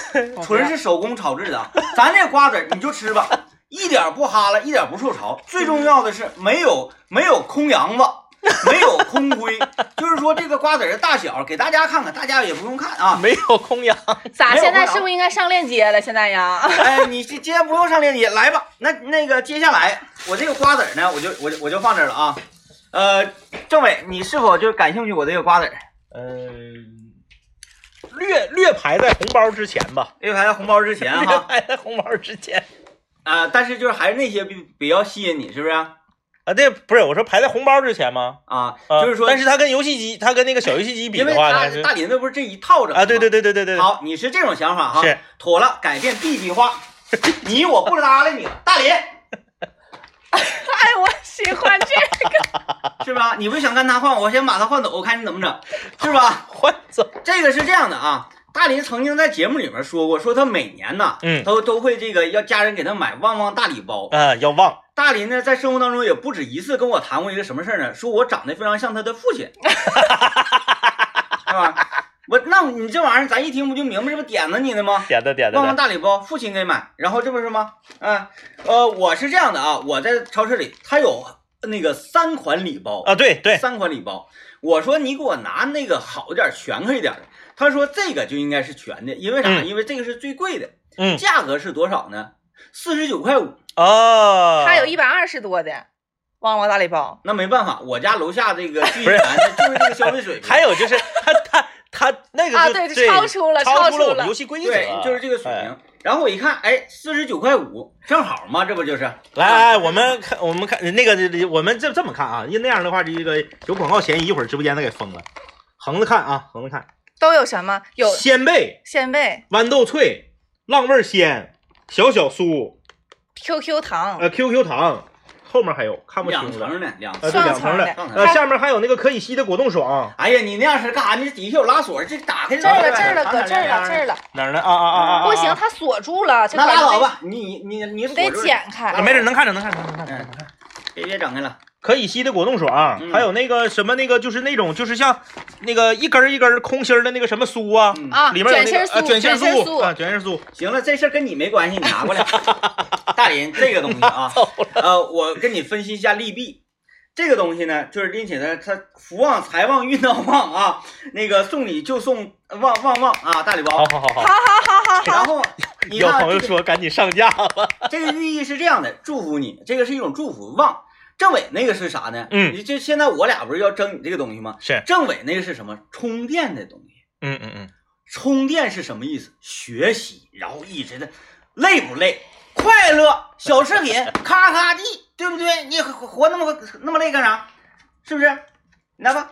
纯是手工炒制的啊。咱这瓜子儿你就吃吧，一点儿不哈了，一点儿不受潮。最重要的是没有没有空扬子，没有空灰，就是说这个瓜子儿的大小给大家看看，大家也不用看啊。
没有空羊。
咋？
没有
现在
不了
是不是应该上链接了？现在呀，
哎，你今今天不用上链接，来吧。那那个接下来我这个瓜子儿呢，我就我就我就放这儿了啊。呃，政委，你是否就是感兴趣我这个瓜子儿？
嗯、略略排在红包之前吧，
因为还在红包之前 啊
略
哈，
排在红包之前
啊，但是就是还是那些比比较吸引你，是不是？
啊，对，不是我说排在红包之前吗？
啊，
啊
就是说，
但是它跟游戏机，它跟那个小游戏机比
因为
的话，
大
它是
大林子不是这一套整
啊，对对
对
对对对对，
好，你是这种想法哈，
是
妥了，改变 B 计 划，你我不搭理你了，大林
哎，我喜欢这
是吧？你不想跟他换，我先把他换走，我看你怎么整，是吧？
换走，
这个是这样的啊，大林曾经在节目里面说过，说他每年呢，
嗯
都都会这个要家人给他买旺旺大礼包。
啊，要忘，
大林呢，在生活当中也不止一次跟我谈过一个什么事儿呢？说我长得非常像他的 父亲，是吧？我那你这玩意儿，咱一听不就明白这不点子你呢吗？
点的点的
旺旺
点，
大礼包，父亲给买，然后这不是吗？啊，呃，我是这样的啊，我在超市里，它有那个三款礼包
啊，对 对，
三款礼包。我说你给我拿那个好点儿、全快一点儿的。他说这个就应该是全的，因为啥？
嗯
因为这个是最贵的，
嗯
价格是多少呢？四十九块五。
啊，
还有一百二十多的旺旺大礼包，
那没办法，我家楼下这 个聚义堂就是这个消费水平，
还有就是他他他那个
啊
就
对
对，
超出了
超
超
了
出
我们
了
游戏规则
对，
啊，
就是这个水
哎
平。然后我一看，哎，四十九块五，正好嘛，这不就是？
来来，我们看，我们看那个，我们这这么看啊，因为那样的话，这个有广告嫌疑，一会儿直播间他给封了。横着看啊，横着看，
都有什么？有
鲜贝、
鲜贝、
豌豆脆、浪味儿鲜、小小酥、
QQ 糖、
呃 QQ 糖，后面还有看不
两
清了
层，的，两层的。
呃对，两
上
层
层的，
的呃下面还有那个可以吸的果冻爽，
哎呀，你那样式干啥？你底下有拉锁，这打开
这儿了，这儿
儿
了，搁这儿了，这儿了。
哪儿呢？啊啊啊啊啊！
不行，它锁住了，这
那
块
拉
儿
倒
得
吧，你你你锁
得
住了
剪开。
啊，没事，能看着，能看着，能看着。
嗯，别别整开了。
可以吸的果冻爽，
嗯
还有那个什么那个就是那种就是像那个一根儿一根儿空心儿的那个什么酥啊，
嗯
啊，
里面有那
卷心
个
儿
啊
酥，
卷心
卷
儿
心儿
酥啊
酥，
卷心儿酥，
行了，这事儿跟你没关系，你拿 过来。大林，这个东西啊，呃，我跟你分析一下利弊。这个东西呢，就是并且呢，它福旺、财旺、运到旺啊，那个送礼就送旺旺旺啊，大礼
好
包。
好好好。
然后你
有
看
朋友
这个
说赶紧上架了，
这个寓意是这样的，祝福你，这个是一种祝福。旺，政委那个是啥呢？
嗯
你就现在我俩不是要争你这个东西吗？
是
政委那个是什么？充电的东西。
嗯嗯嗯，
充电是什么意思？学习，然后一直的，累不累？快乐，小视 频，咔咔地，对不对？你活活那么那么累干啥？是不是？来吧，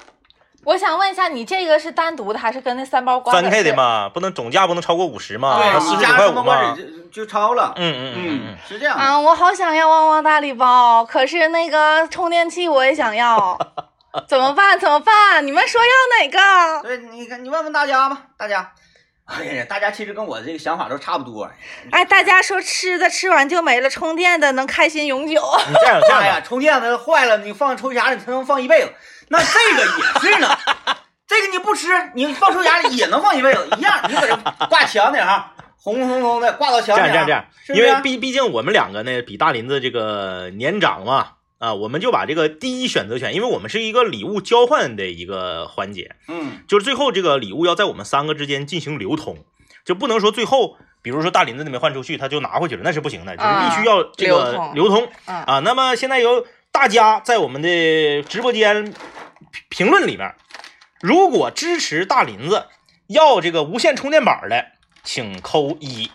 我想问一下，你这个是单独的还是跟那三包瓜子
分开的
是？
嘛，不能总价不能超过五十嘛，
对
啊四
你
十九
加
块
什
五
么
嘛
瓜，子就就超了。
嗯嗯嗯嗯，
是这样的。
啊，我好想要旺旺大礼包，可是那个充电器我也想要， 怎么办？怎么办？你们说要哪个？
对，你看，你问问大家吧，大家，哎呀，大家其实跟我这个想法都差不多。啊
哎，大家说吃的吃完就没了，充电的能开心永久。
你这样这
哎呀，
样吧，
充电它坏了，你放抽匣里，它能放一辈子。那这个也 是呢，这个你不吃，你放抽匣里也能放一辈子，一样。你搁这挂墙顶上，红红红的挂到
这
墙顶上，
样这样这样，
是不
因
是
为毕毕竟我们两个呢比大林子这个年长嘛，啊，我们就把这个第一选择权，因为我们是一个礼物交换的一个环节，
嗯，
就是最后这个礼物要在我们三个之间进行流通，就不能说最后，比如说大林子没换出去，他就拿回去了，那是不行的，就是必须要这
流
个
通
流通
嗯
啊。那么现在由大家在我们的直播间评论里面，如果支持大林子要这个无线充电板的，请扣一；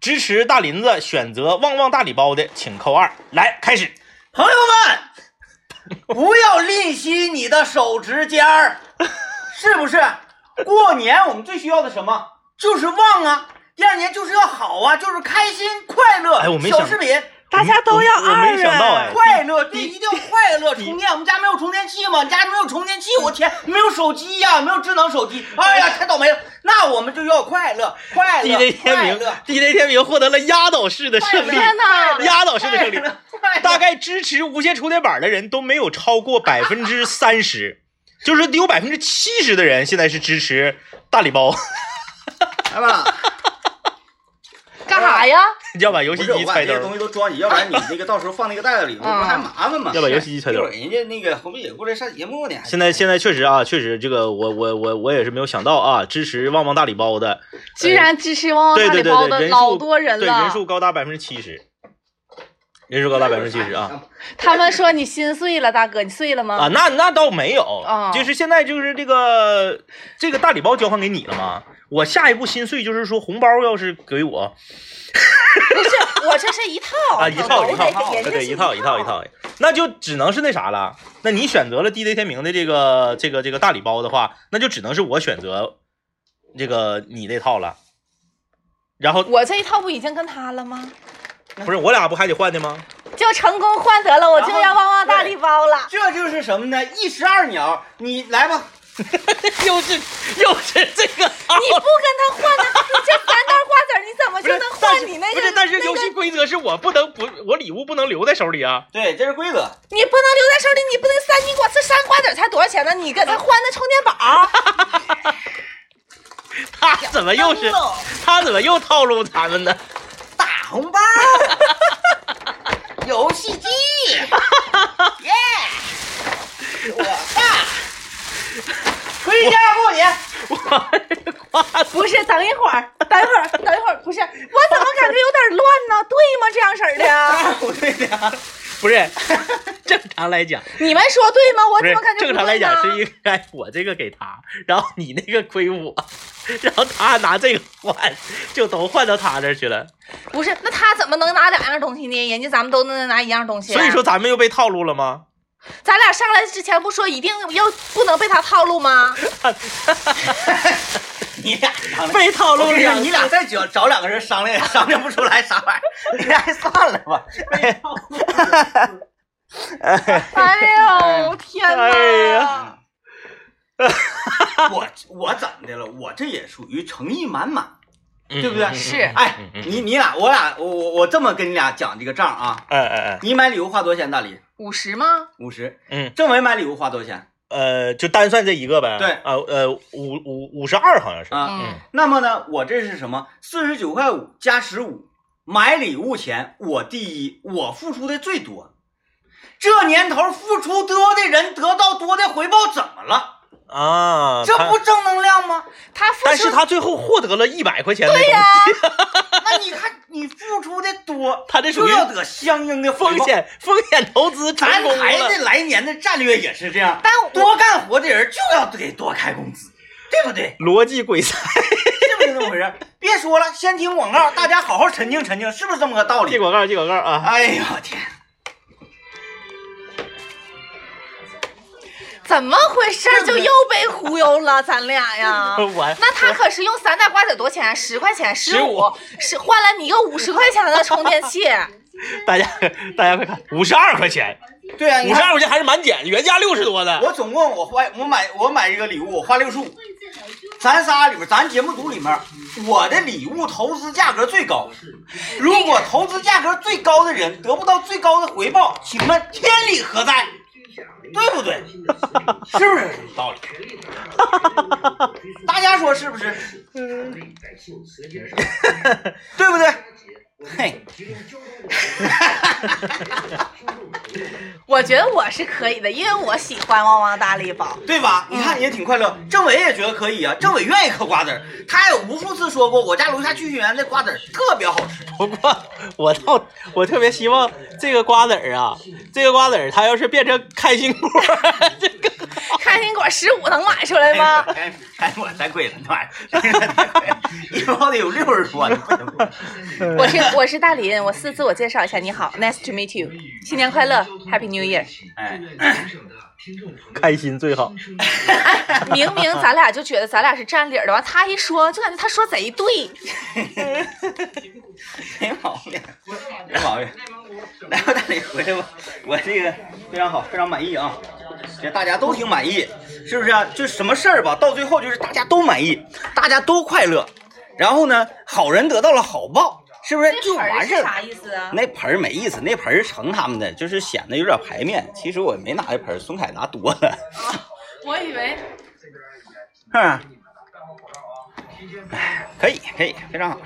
支持大林子选择旺旺大礼包的，请扣二。来，开始。
朋友们，不要吝惜你的手指尖儿，是不是？过年我们最需要的什么？就是旺啊！第二年就是要好啊，就是开心快乐。
哎我没想
小视频。
大家都要
我我没
二啊
想到哎
人，
快乐，对，一定要快乐。充电，我们家没有充电器吗？你家没有充电器，
嗯
我天，没有手机呀、没有智能手机，哎呀，太倒霉了。那我们就要快乐，快乐，
DJ 天
快
明
乐，
，DJ 天明获得了压倒式的胜利，
天哪！
压倒式的胜利。
快乐
大概支持无线充电板的人都没有 超过百分之三十，就是得有百分之七十的人现在是支持大礼包，
来吧。
干啥呀？
要 把游
不
戏
是，
机
我把
揣
这个东
兜，
西都装起，要不然你那个到时候放那 个袋子里，不
啊
还麻烦吗？
要把游戏机揣
一
兜
会儿。人家那个红皮姐过来上节目呢。
现在现在确实啊，确实这个我我我我也是没有想到啊，支持旺旺大礼包的，
居然支持旺旺
对
大礼
对对
包
对，
的
人
老
数
多人
对人
了，
数高达百分之七十。人数高达百分之七十啊。
他们说你心碎了，大哥，你碎了
嗯
吗？
啊，那那倒没有，
啊
就是现在就是这个这个大礼包交还给你了吗？我下一步心碎就是说红包要是给我
不是，我这是一套
啊，一套
我
一
得
套，
研
对
究
对，
是
一套一套一。套，那就只能是那啥了。那你选择了 DJ 天明的这个这个这个大礼包的话，那就只能是我选择这个你那套了。然后
我这一套不已经跟他了吗？
不是我俩不还得换的吗？
就成功换得了，我就要旺旺大礼包 了。
这就是什么呢？一石二鸟，你来吧，
又是又是这个套
你不跟他换的，这三袋瓜子儿，你怎么
不
就是能
但是
换你那个？
不是，但是
那
游
个
戏规则是我不能不我礼物不能留在手里啊。
对，这是规则。
你不能留在手里，你不能三斤瓜，这三瓜子儿才多少钱呢？你给他换那充电宝，
他怎么 又是
真冷
他怎么又套路咱们呢？
大红包，游戏机，耶！我爸，回家过年。
我瓜子
不是，等一会儿，等一会儿，等一会儿，不是，我怎么感觉有点乱呢？对吗？这样式儿的，
不对的，
不是正常来讲，
你们说对吗？我
不
怎
是
么感觉
正常来讲是
一
应该我这个给他，然后你那个归我，然后他拿这个换，就都换到他这儿去了。
不是？那他怎么能拿两样东西呢？人家咱们都能拿一样东西，啊
所以说咱们又被套路了吗？
咱俩上来之前不说一定要不能被他套路吗？
你俩商量。
被套
我
路
跟你说
两，
你俩再找找两个人商量，商量不出来啥玩 意儿，你俩还散了吧。
哎呦，天哪！
哎
呀 我我怎么的了？我这也属于诚意满满，
嗯
对不对？
嗯嗯
是
哎
嗯嗯，嗯
你你俩，我俩，我我我这么跟你俩讲这个账啊，
哎哎哎，
你买礼物花多少钱？大李
五十吗？
五十，
嗯，
政委买礼物花多少钱？
呃，就单算这一个呗。
对
啊，呃，五五五十二好像是。
啊，
嗯，
那么呢，我这是什么？四十九块五加十五，买礼物钱我第一，我付出的最多。这年头付出多的人得到多的回报，怎么了？
啊，
这
他
不，正能量吗？
他付
但
出
是他最后获得了一百块钱的东西。
那你看你付出的多，
他这属
就
于
要得相应的回报
风。险风险投资成
咱
功
孩
了。
子来年的战略也是这样，
但我
多干活的人就要得多开工资，对不 对？
逻辑鬼才，
是不是这么回事？别说了，先听广告，大家好好沉静沉静，是不是这么个道
接
理？
广告，接广告啊！。
哎呦我天！
怎么回事儿？就又被忽悠了，咱俩呀
我
那他可是用三袋瓜子多少钱？啊十块钱，十五
15，
是换了你一个五十块钱的充电器。
大家大家快看，五十二块钱，
对啊，你
五
看
十二块钱还是满减，原价六十多的。
我总共我花我买我买这个礼物我花六十五，咱仨里边咱节目组里面我的礼物投资价格最高，如果投资价格最高的人得不到最高的回报，请问天理何在？对不对？是不是有道理？ 大家说是不是？对 不对？嘿，
我觉得我是可以的，因为我喜欢旺旺大礼包。
对吧？你看你也挺快乐，政委也觉得可以啊，政委愿意嗑瓜子儿，他也无数次说过，我家楼下聚聚园的瓜子儿特别好吃。
不过我倒我特别希望这个瓜子儿啊，这个瓜子儿它要是变成开心果，这个
开心果十五能买出来吗？
哎？哎，我太贵了，那玩意儿太贵 了，一包得有六十多呢。
我是我是大林，我四自我介绍一下，你好，Nice to meet you，新年快乐，Happy New Year。
哎，
开心最好。
啊明明咱俩就觉得咱俩是占理儿的，完他一说就感觉他说贼 对。
没毛病，没毛病。来吧，大李回来吧，我这个非常好，非常满意啊，这大家都挺满意，是不是、啊？就什么事儿吧，到最后就是大家都满意，大家都快乐，然后呢，好人得到了好报，是不是就完事儿了？
意思啊？
那盆儿没意思，那盆儿盛他们的，就是显得有点排面。其实我也没拿这盆儿，孙凯拿多了。
我以为
嗯，哎可以可以，非常好。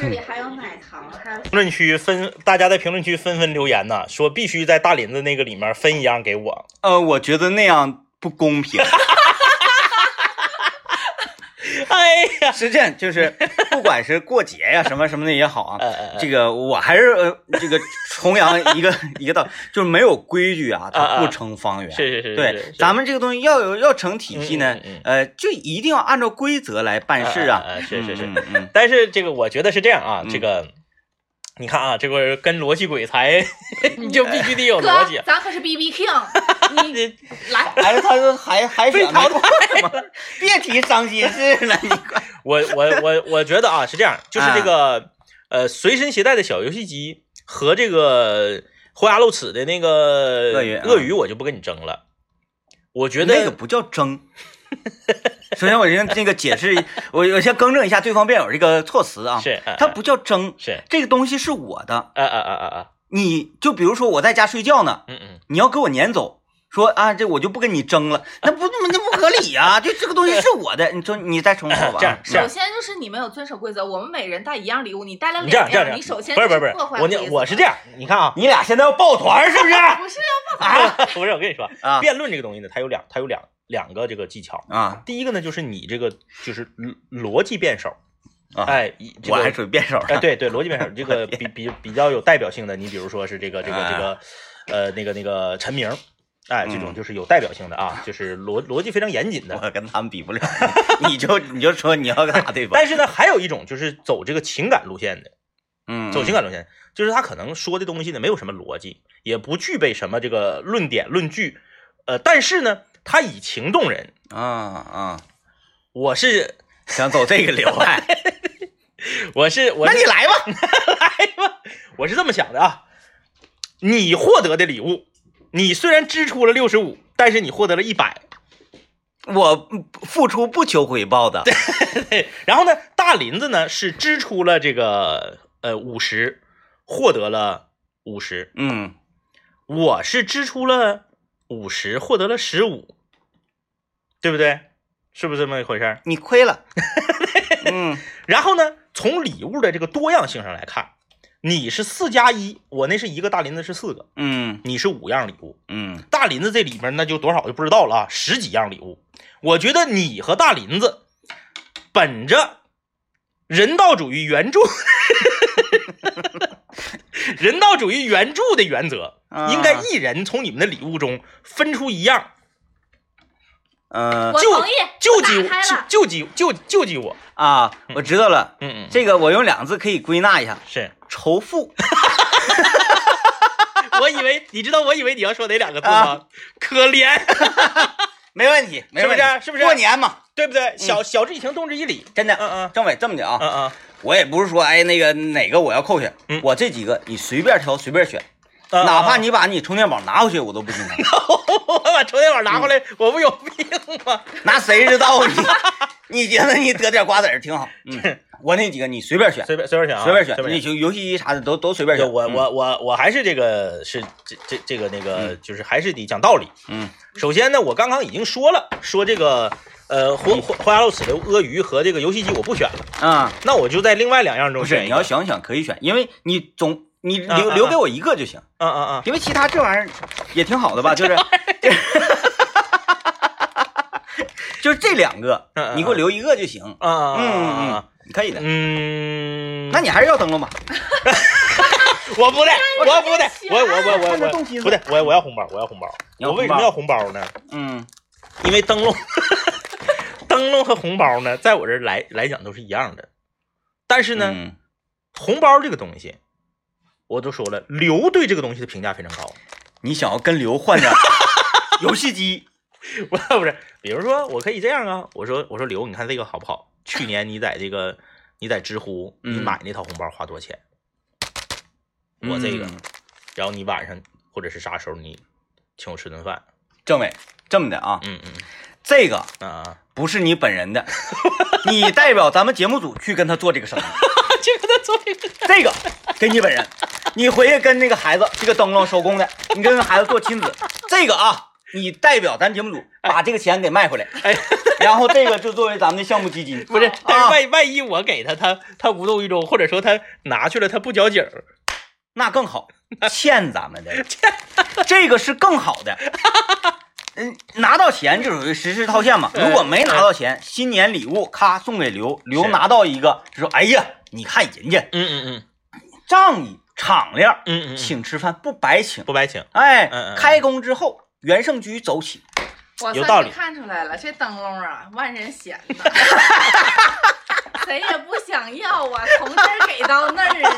这里还有奶糖，还有
评论区分，大家在评论区纷纷留言呐，说必须在大林子那个里面分一样给我。
呃，我觉得那样不公平。
哎是啊，
是这样，就是不管是过节呀、什么什么的也好啊，
呃呃
这个我还是呃这个崇洋一个一个道，就是没有规矩啊，
啊
它
啊
不成方圆。
是是是，
对，咱们这个东西要有要成体系呢
嗯嗯嗯，
呃，就一定要按照规则来办事啊。
啊是是是，
嗯， 嗯
但是这个我觉得是这样啊，
嗯
这个你看啊，这个跟逻辑鬼才， 你就必须得有逻辑啊
哥，。咱可是 B B King，你
你
来，
嗯还是他说还还是
被淘
汰吗？ 别提伤心事了，你快
我我我我觉得啊是这样，就是这
啊
个呃随身携带的小游戏机和这个豁牙露齿的那个
鳄鱼啊
鳄鱼，我就不跟你争了。我觉
那个
得
不叫争。首先，我先那个解释，我我先更正一下对方辩友这个措辞啊，
是
它不叫争，
哎是
这个东西是我的。
啊啊啊啊啊，
你就比如说我在家睡觉呢，
嗯嗯，
你要给我撵走，说啊这我就不跟你争了，那不那不合理呀、就这个东西是我的，你重你再重复吧。
这样是
首先就是你没有遵守规则，我们每人带一样礼物，你带了
你这样
两
这样这
样，
样，
你首先
不是不是不
就是破坏
我
规
那
则
我是这，样，你看啊
你俩现在要抱团是不是？
不是
啊
不是我跟你说，
啊
辩论这个东西呢，它有两它有两两个这个技巧。
啊！
第一个呢，就是你这个就是逻逻辑辩手，
啊
哎，一这
我
个
还属于辩手
哎，
呢。
对对，逻辑辩手这个比比比较有代表性的，你比如说是这个这个这个，呃，那个那个陈明，哎，这种
啊嗯
就是有代表性的啊，就是逻逻辑非常严谨的。
我跟他们比不了，你你就你就说你要打对方，
但是呢，还有一种就是走这个情感路线的，
嗯，
走情感路线，就是他可能说的东西呢没有什么逻辑，也不具备什么这个论点论据，呃，但是呢，他以情动人。
啊啊，
我是
想走这个流派，
我是我
那
是
你来吧。
来吧，我是这么想的啊，你获得的礼物，你虽然支出了六十五，但是你获得了一百，
我付出不求回报的，
对，然后呢，大林子呢是支出了这个呃五十，获得了五十，
嗯，
我是支出了五十，获得了十五，对不对？是不是这么一回事儿？
你亏了，嗯
然后呢，从礼物的这个多样性上来看，你是四加一，我那是一个，大林子是四个，
嗯
你是五样礼物。
嗯
大林子这里面那就多少就不知道了啊，十几样礼物。我觉得你和大林子本着人道主义援助， 人道主义援助的原则，
啊
应该一人从你们的礼物中分出一样，
呃
我
就
同意，
救
我
济
打开了，
救救济救救济我。
啊，我知道了，
嗯嗯，
这个我用两个字可以归纳一下，
是
仇富。
我以为你知道，我以为你要说哪两个字吗？
啊
可怜，
没问题，没问题，
是不是
过年嘛，
对不对？小小之以情，动之以理。
真的，
嗯嗯
政委这么的啊，
嗯嗯，
我也不是说哎那个哪个我要扣去，
嗯
我这几个你随便挑随便选，
嗯
哪怕
嗯
你把你充电宝拿回去，我都不心疼。
我把充电宝拿回来，我不有病吗？
那谁知 道你？你觉得你得点瓜子儿挺好，嗯，我那几个你随便选，
随便随便选啊，
随便
随
选，
便
你
选。
就游戏机啥的都都随便
就
选。
我
嗯
我我我还是这个是这这这个那个，就是还是得讲道理。
嗯，
首先呢，我刚刚已经说了，说这个呃活活活牙露齿的鳄鱼和这个游戏机我不选了，
啊，
那我就在另外两样中
不是，
选一
你
个。
要想想可以选，因为你总你
啊
留
啊
留
啊
给我一个就行，
嗯嗯嗯，
因为其他这玩意儿也挺好的吧，就是。 就是这两个
嗯嗯，嗯
你给我留一个就行。
啊
嗯嗯，嗯，可以的。
嗯，
那你还是要灯笼吧？
我不带，我不带，我我我
看他
我
动心
我
了
不带，我我要红包，我要红包。
你要
我
红
为什
包
么要红包呢？
嗯，
因为灯笼， 灯笼和红包呢，在我这儿来来讲都是一样的。但是呢，
嗯
红包这个东西，我都说了，刘对这个东西的评价非常 高。
你想要跟刘换点游戏机？
不是不是，比如说我可以这样啊，我说我说刘，你看这个好不好？去年你在这个你在知乎你
嗯
买那套红包花多少钱？我这个，
嗯
然后你晚上或者是啥时候你请我吃顿饭？
政委这么的啊，
嗯嗯
这个
啊啊，
不是你本人的，你代表咱们节目组去跟他做这个 生意。
这个他做这个
这个给你本人，你回去跟那个孩子，这个灯笼手工的，你跟孩子做亲子，这个啊，你代表咱节目组把这个钱给卖回来，
哎。
然后这个就作为咱们的项目基金。
不是，但
啊
是万万一我给他，他他无动于衷，或者说他拿去了，他不交警儿，
那更好，欠咱们的，这个是更好的。嗯，拿到钱就属于实施套现嘛。
嗯
如果没拿到钱，新年礼物咔送给刘，刘
是
拿到一个就说：“哎呀，你看人家
嗯嗯嗯
仗义敞亮，
嗯嗯，嗯
请吃饭不白请。
不白 请，”嗯
哎
嗯，
开工之后袁胜居走起，
我
有道
算
理
是看出来了，这灯笼啊，万人嫌 呐，谁也不想要啊，从这儿给到那儿的，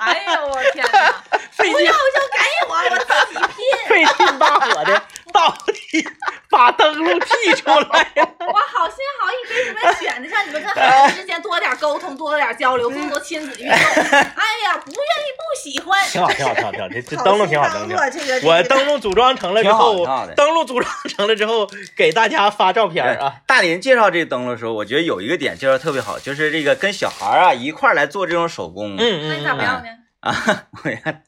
哎呦我天哪！不
费
要
劲
就给我，我自己拼，
费劲大火的 到底 把灯笼剔出来了。
我好心好意给你们选的，让你们跟孩子之间多点沟通，多点交流，多多亲子运动。
嗯
哎呀，不愿意不喜欢，
挺好，挺好，挺好，挺好，这这灯笼挺好，灯笼挺好。
这个
我灯笼组装成了之后
挺好挺好的，
灯笼组装成了之后，给大家发照片儿啊。
大林介绍这灯笼的时候，我觉得有一个点介绍特别好，就是这个跟小孩儿啊一块儿来做这种手工。
那
嗯嗯
你咋不
嗯，
要呢？
啊，我看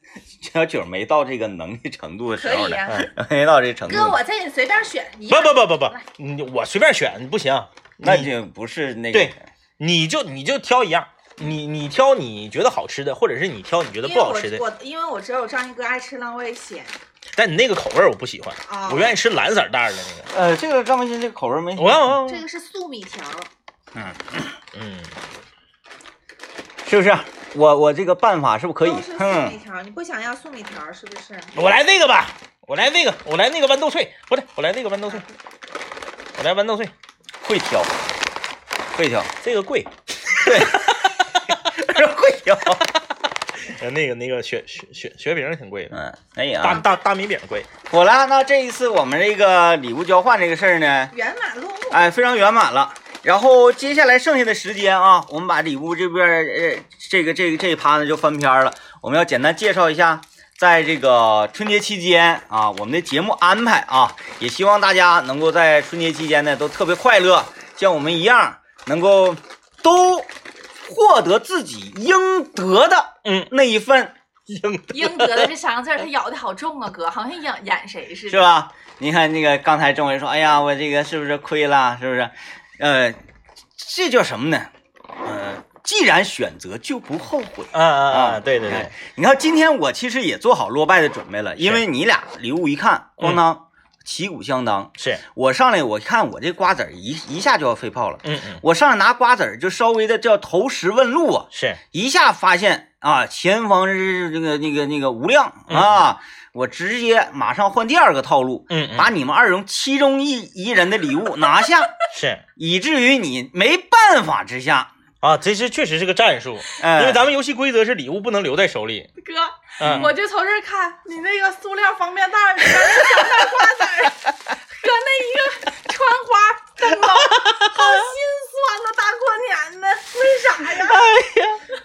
小九没到这个能力程度的时
可
候
以
呢，
呀、
啊
没到这程度呢。
哥，我这你随便选一
嗯不
个。
不不不不，你我随便选不行，
那
你
就不是那个
对你就你就挑一样，你你挑你觉得好吃的，或者是你挑你觉得
因
不
为
好
我
吃的。
我因为我知道我张一哥爱吃浪味鲜
但你那个口味儿我不喜欢，
啊，
我愿意吃蓝色袋儿的那个。
呃，这个张文新这个口味没
我要
这个是素米条，
嗯，
是不是？我我这个办法是不是可以
都是？素米
嗯，
条，你不想要素米条是不是？
我来那个吧，我来那个，我来那个豌豆脆，不对，我来那个豌豆脆，我来豌豆脆，
会挑， 会挑，
这个贵。
会挑。
呃，那个那个雪雪雪雪饼儿挺贵的，
嗯，可以
大
啊。
大大米饼贵。
好了，那这一次我们这个礼物交换这个事儿呢，
圆满落幕。
哎，非常圆满了。然后接下来剩下的时间啊，我们把礼物这边儿呃这个这个这一趴呢就翻篇儿了。我们要简单介绍一下，在这个春节期间啊，我们的节目安排啊，也希望大家能够在春节期间呢都特别快乐，像我们一样能够都获得自己应得的
嗯，
那一份，
应
应得的这三个字儿，它咬的好重啊，哥，好像演演谁似
是
的。
吧？你看那个刚才政委说，哎呀，我这个是不是亏了？是不是？呃，这叫什么呢？呃，既然选择就不后悔。
啊啊啊！对对
你
对
看，，你看今天我其实也做好落败的准备了，因为你俩礼物一看，咣
嗯
当，旗鼓相当。
是，
我上来我看我这瓜子儿一一下就要飞炮了，
嗯嗯
我上来拿瓜子儿就稍微的叫投石问路啊，
是，
一下发现啊，前方是这个那个那个无量
嗯
啊，我直接马上换第二个套路，
嗯嗯
把你们二人其中一一人的礼物 拿下，
是
以至于你没办法之下，
啊，这是确实是个战术，
呃，
因为咱们游戏规则是礼物不能留在手里。
哥，
哎嗯，
我就从这儿看 你那个塑料方便袋儿，你那个小袋瓜子儿， 和那一个窗花灯笼，好心酸呐、大过年的，为啥呀？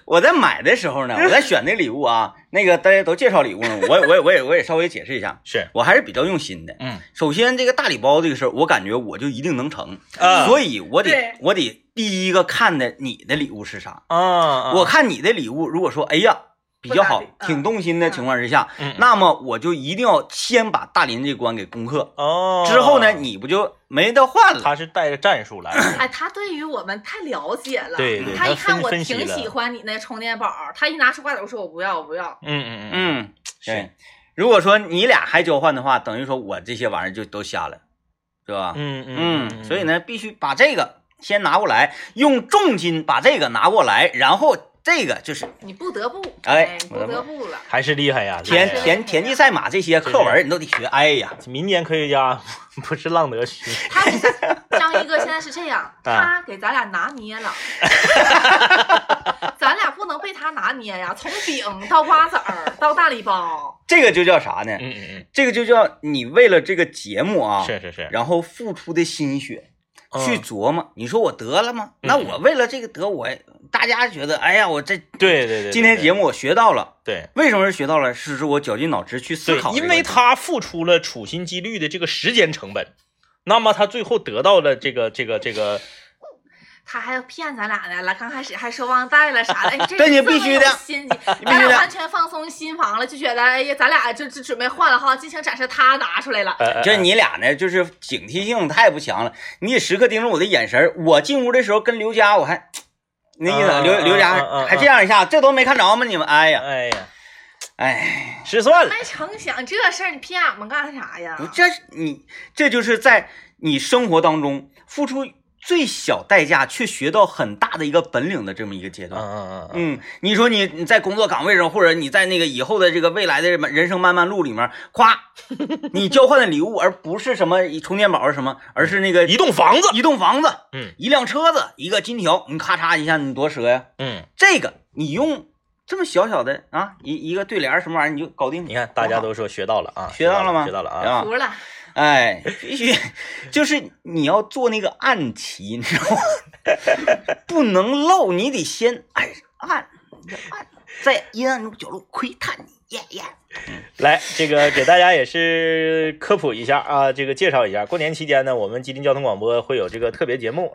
我在买的时 候呢，我在选那礼物啊，那个大家都介绍礼物呢，我也我也我也我也稍微解释一下，
是，
我还是比较用心的。
嗯
首先，这个大礼包这个事儿，我感觉我就一定能成，
啊
所以我得
对
我得第一个看的你的礼物是啥。
啊啊，
我看你的礼物，如果说哎呀比较好
不咋地，嗯
挺动心的情况之下，
嗯
那么我就一定要先把大林这关给攻克。
哦，
之后呢，你不就没得换了？
他是带着战术来的，
哎，他对于我们太了解了。
对对，
他一看
分
我
分析
挺
了
喜，欢你那充电宝儿，他一拿出瓜子儿我说我不要，我不要。
嗯嗯嗯，
嗯，对
是。
如果说你俩还交换的话，等于说我这些玩意儿就都瞎了，对吧？
嗯
嗯，
嗯，
所以，呢，必须把这个先拿过来，用重金把这个拿过来，然后这个就是
你不得不，
哎
你不得不了。
还是厉害呀，
田
厉害呀
田田忌赛马这些课文你都得学。哎呀，
民间科学家 不是浪得虚名，
他是张一哥现在是 这
啊
样，他给咱俩拿捏了，咱俩不能被他拿捏呀。从饼到瓜子儿到大礼包，
这个就叫啥呢？
嗯嗯
这个就叫你为了这个节目啊
嗯，，是是是，
然后付出的心血。
嗯
去琢磨，你说我得了吗？那我为了这个得，我大家觉得，哎呀，我这
对对对对，
今天节
目
目我学到了，
对。
为什么是学到了？是是我绞尽脑汁去思
对
考，这
因
个
为
问题
他付出了处心积虑的这个时间成本，那么他最后得到了这个这个这个，
他还要骗咱俩呢。来，刚开始还说忘带了啥的，哎这
这你
这么
必须的
有心机，咱俩完全放松心房了，就觉得哎呀，咱俩就就准备换了哈，激情展示他拿出来了。
呃，
就是你俩呢，就是警惕性太不强了，你得时刻盯着我的眼神儿。我进屋的时候跟刘佳，我还那意思，
嗯
刘刘
嗯嗯
佳
嗯
还这样一下，这都没看着吗？你们，哎
呃，
呀，
哎呀，
哎，
失算了。
没成想这事儿，你屁俺们干啥呀？
不这是你这就是在你生活当中付出最小代价，却学到很大的一个本领的这么一个阶
嗯
段。
嗯嗯
嗯，你说你你在工作岗位上，或者你在那个以后的这个未来的人生漫漫路里面，夸你交换的礼物，而不是什么充电宝儿什么，而是那个
嗯，一栋房子。
一栋房子，
嗯
一辆车子，一个金条，你咔嚓一下，你多折呀！
嗯，
这个你用这么小小的啊，一一个对联儿什么玩意儿，你就搞定。
你看大家都说学到了啊，
哦学到了吗
学到了啊。
啊，
服了，
哎，必须就是你要做那个暗棋，你知道吗？ 不能漏，你得先哎暗，暗在阴暗中角落窥探你，耶耶。
来，这个给大家也是科普一下啊，这个介绍一下，过年期间呢，我们吉林交通广播会有这个特别节目，